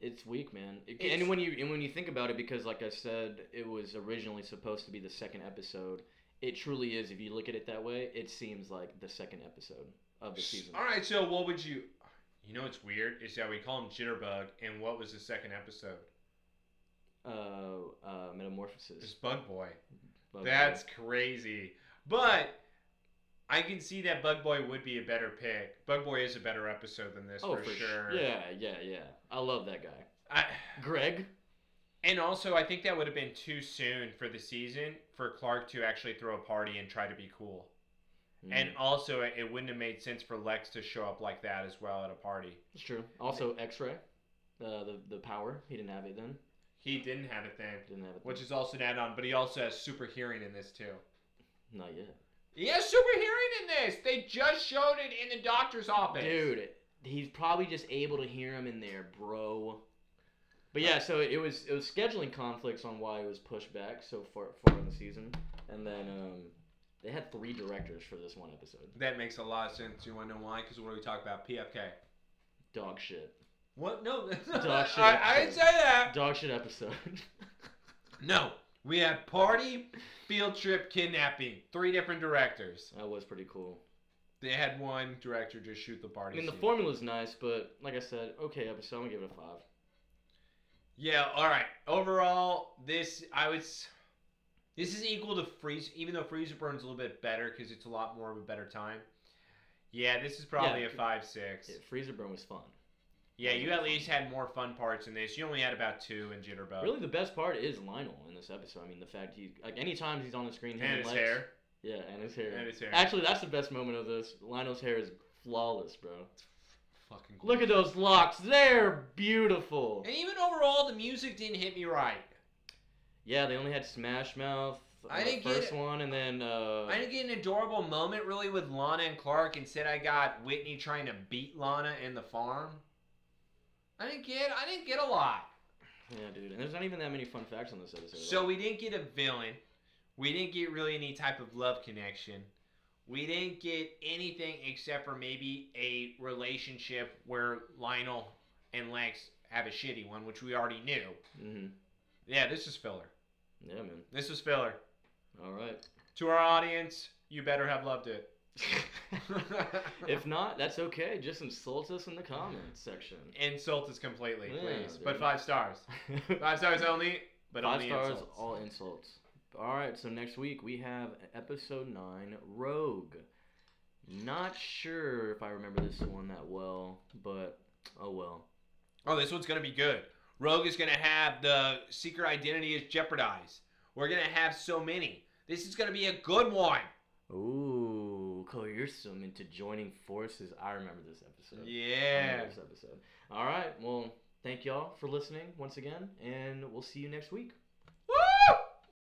Speaker 1: It's weak, man. It,
Speaker 2: It's-
Speaker 1: and when you and when you think about it, because like I said, it was originally supposed to be the second episode. It truly is. If you look at it that way, it seems like the second episode of the season.
Speaker 2: All right, so what would you? You know what's weird is that we call him Jitterbug, and what was the second episode?
Speaker 1: Uh, uh, metamorphosis.
Speaker 2: It's Bug Boy.
Speaker 1: Bug
Speaker 2: That's crazy, but I can see that Bug Boy would be a better pick. Bug Boy is a better episode than this
Speaker 1: Boy. oh
Speaker 2: for, sure.
Speaker 1: Yeah, yeah, yeah. I love that guy,
Speaker 2: I,
Speaker 1: Greg.
Speaker 2: and also, I think that would have been too soon for the season for Clark to actually throw a party and try to be cool.
Speaker 1: Mm. Mm-hmm.
Speaker 2: And also, it, it wouldn't have made sense for Lex to show up like that as well at a party.
Speaker 1: It's true. Also, X-ray, uh, the the power. He didn't have it then.
Speaker 2: He didn't have it then,
Speaker 1: Didn't have it.
Speaker 2: which is also an add-on. But he also has super hearing in this too.
Speaker 1: then. not yet.
Speaker 2: He has super hearing in this. They just showed it in the doctor's office.
Speaker 1: Dude, he's probably just able to hear him in there, bro. But yeah, so it was it was scheduling conflicts on why it was pushed back so far far in the season, and then um, they had three directors for this one episode.
Speaker 2: That makes a lot of sense. You want to know why? Because what do we talk about? PFK.
Speaker 1: Dog shit.
Speaker 2: What? No.
Speaker 1: Dog shit
Speaker 2: I, I didn't say that.
Speaker 1: Dog shit episode.
Speaker 2: No. We had party, field trip, kidnapping. Three different directors.
Speaker 1: that was pretty cool.
Speaker 2: They had one director just shoot the
Speaker 1: I
Speaker 2: party.
Speaker 1: mean, the
Speaker 2: scene.
Speaker 1: formula's nice, but like I said, okay episode. I'm gonna give it a five.
Speaker 2: Yeah. All right. Overall, this I would. s- This is equal to freeze, even though freezer burns a little bit better because it's a lot more of a better time. Yeah, this is probably a
Speaker 1: c-
Speaker 2: five six.
Speaker 1: Yeah, Freezer burn was fun.
Speaker 2: Yeah, you at least had more fun parts in this. You only had about two in Jitterbug.
Speaker 1: Really, the best part is Lionel in this episode. I mean, the fact he like any time he's on the screen, him
Speaker 2: And his
Speaker 1: Lex-
Speaker 2: hair.
Speaker 1: Yeah, and his hair.
Speaker 2: And his hair.
Speaker 1: Actually, that's the best moment of this. Lionel's hair is flawless, bro.
Speaker 2: Fucking
Speaker 1: Look at those locks. They're beautiful.
Speaker 2: And even overall, the music didn't hit me right.
Speaker 1: Yeah, they only had Smash Mouth.
Speaker 2: I
Speaker 1: uh,
Speaker 2: didn't get
Speaker 1: first
Speaker 2: it.
Speaker 1: one, and then uh,
Speaker 2: I didn't get an adorable moment really with Lana and Clark. Instead, I got Whitney trying to beat Lana in the farm. I didn't get. I didn't get a lot.
Speaker 1: yeah, dude. And there's not even that many fun facts on this episode.
Speaker 2: So we didn't get a villain. We didn't get really any type of love connection. We didn't get anything except for maybe a relationship where Lionel and Lex have a shitty one, which we already knew.
Speaker 1: hmm
Speaker 2: Yeah, this is filler.
Speaker 1: yeah, man.
Speaker 2: This was filler.
Speaker 1: All right.
Speaker 2: To our audience, you better have loved it.
Speaker 1: if not, that's okay. Just insult us in the comments section.
Speaker 2: insult us completely,
Speaker 1: Yeah,
Speaker 2: please.
Speaker 1: dude.
Speaker 2: But five stars. Five stars only, but
Speaker 1: Five
Speaker 2: only
Speaker 1: stars,
Speaker 2: insults.
Speaker 1: all insults. All right, so next week we have episode nine, Rogue. Not sure if I remember this one that well, but oh well.
Speaker 2: Oh, this one's gonna be good. Rogue is gonna have the secret identity is jeopardized. We're gonna have so many. This is gonna be a good one.
Speaker 1: Ooh, Cole, you're so into joining forces. I remember this episode. I
Speaker 2: Yeah.
Speaker 1: remember This episode. All right, well, thank y'all for listening once again, and we'll see you next week.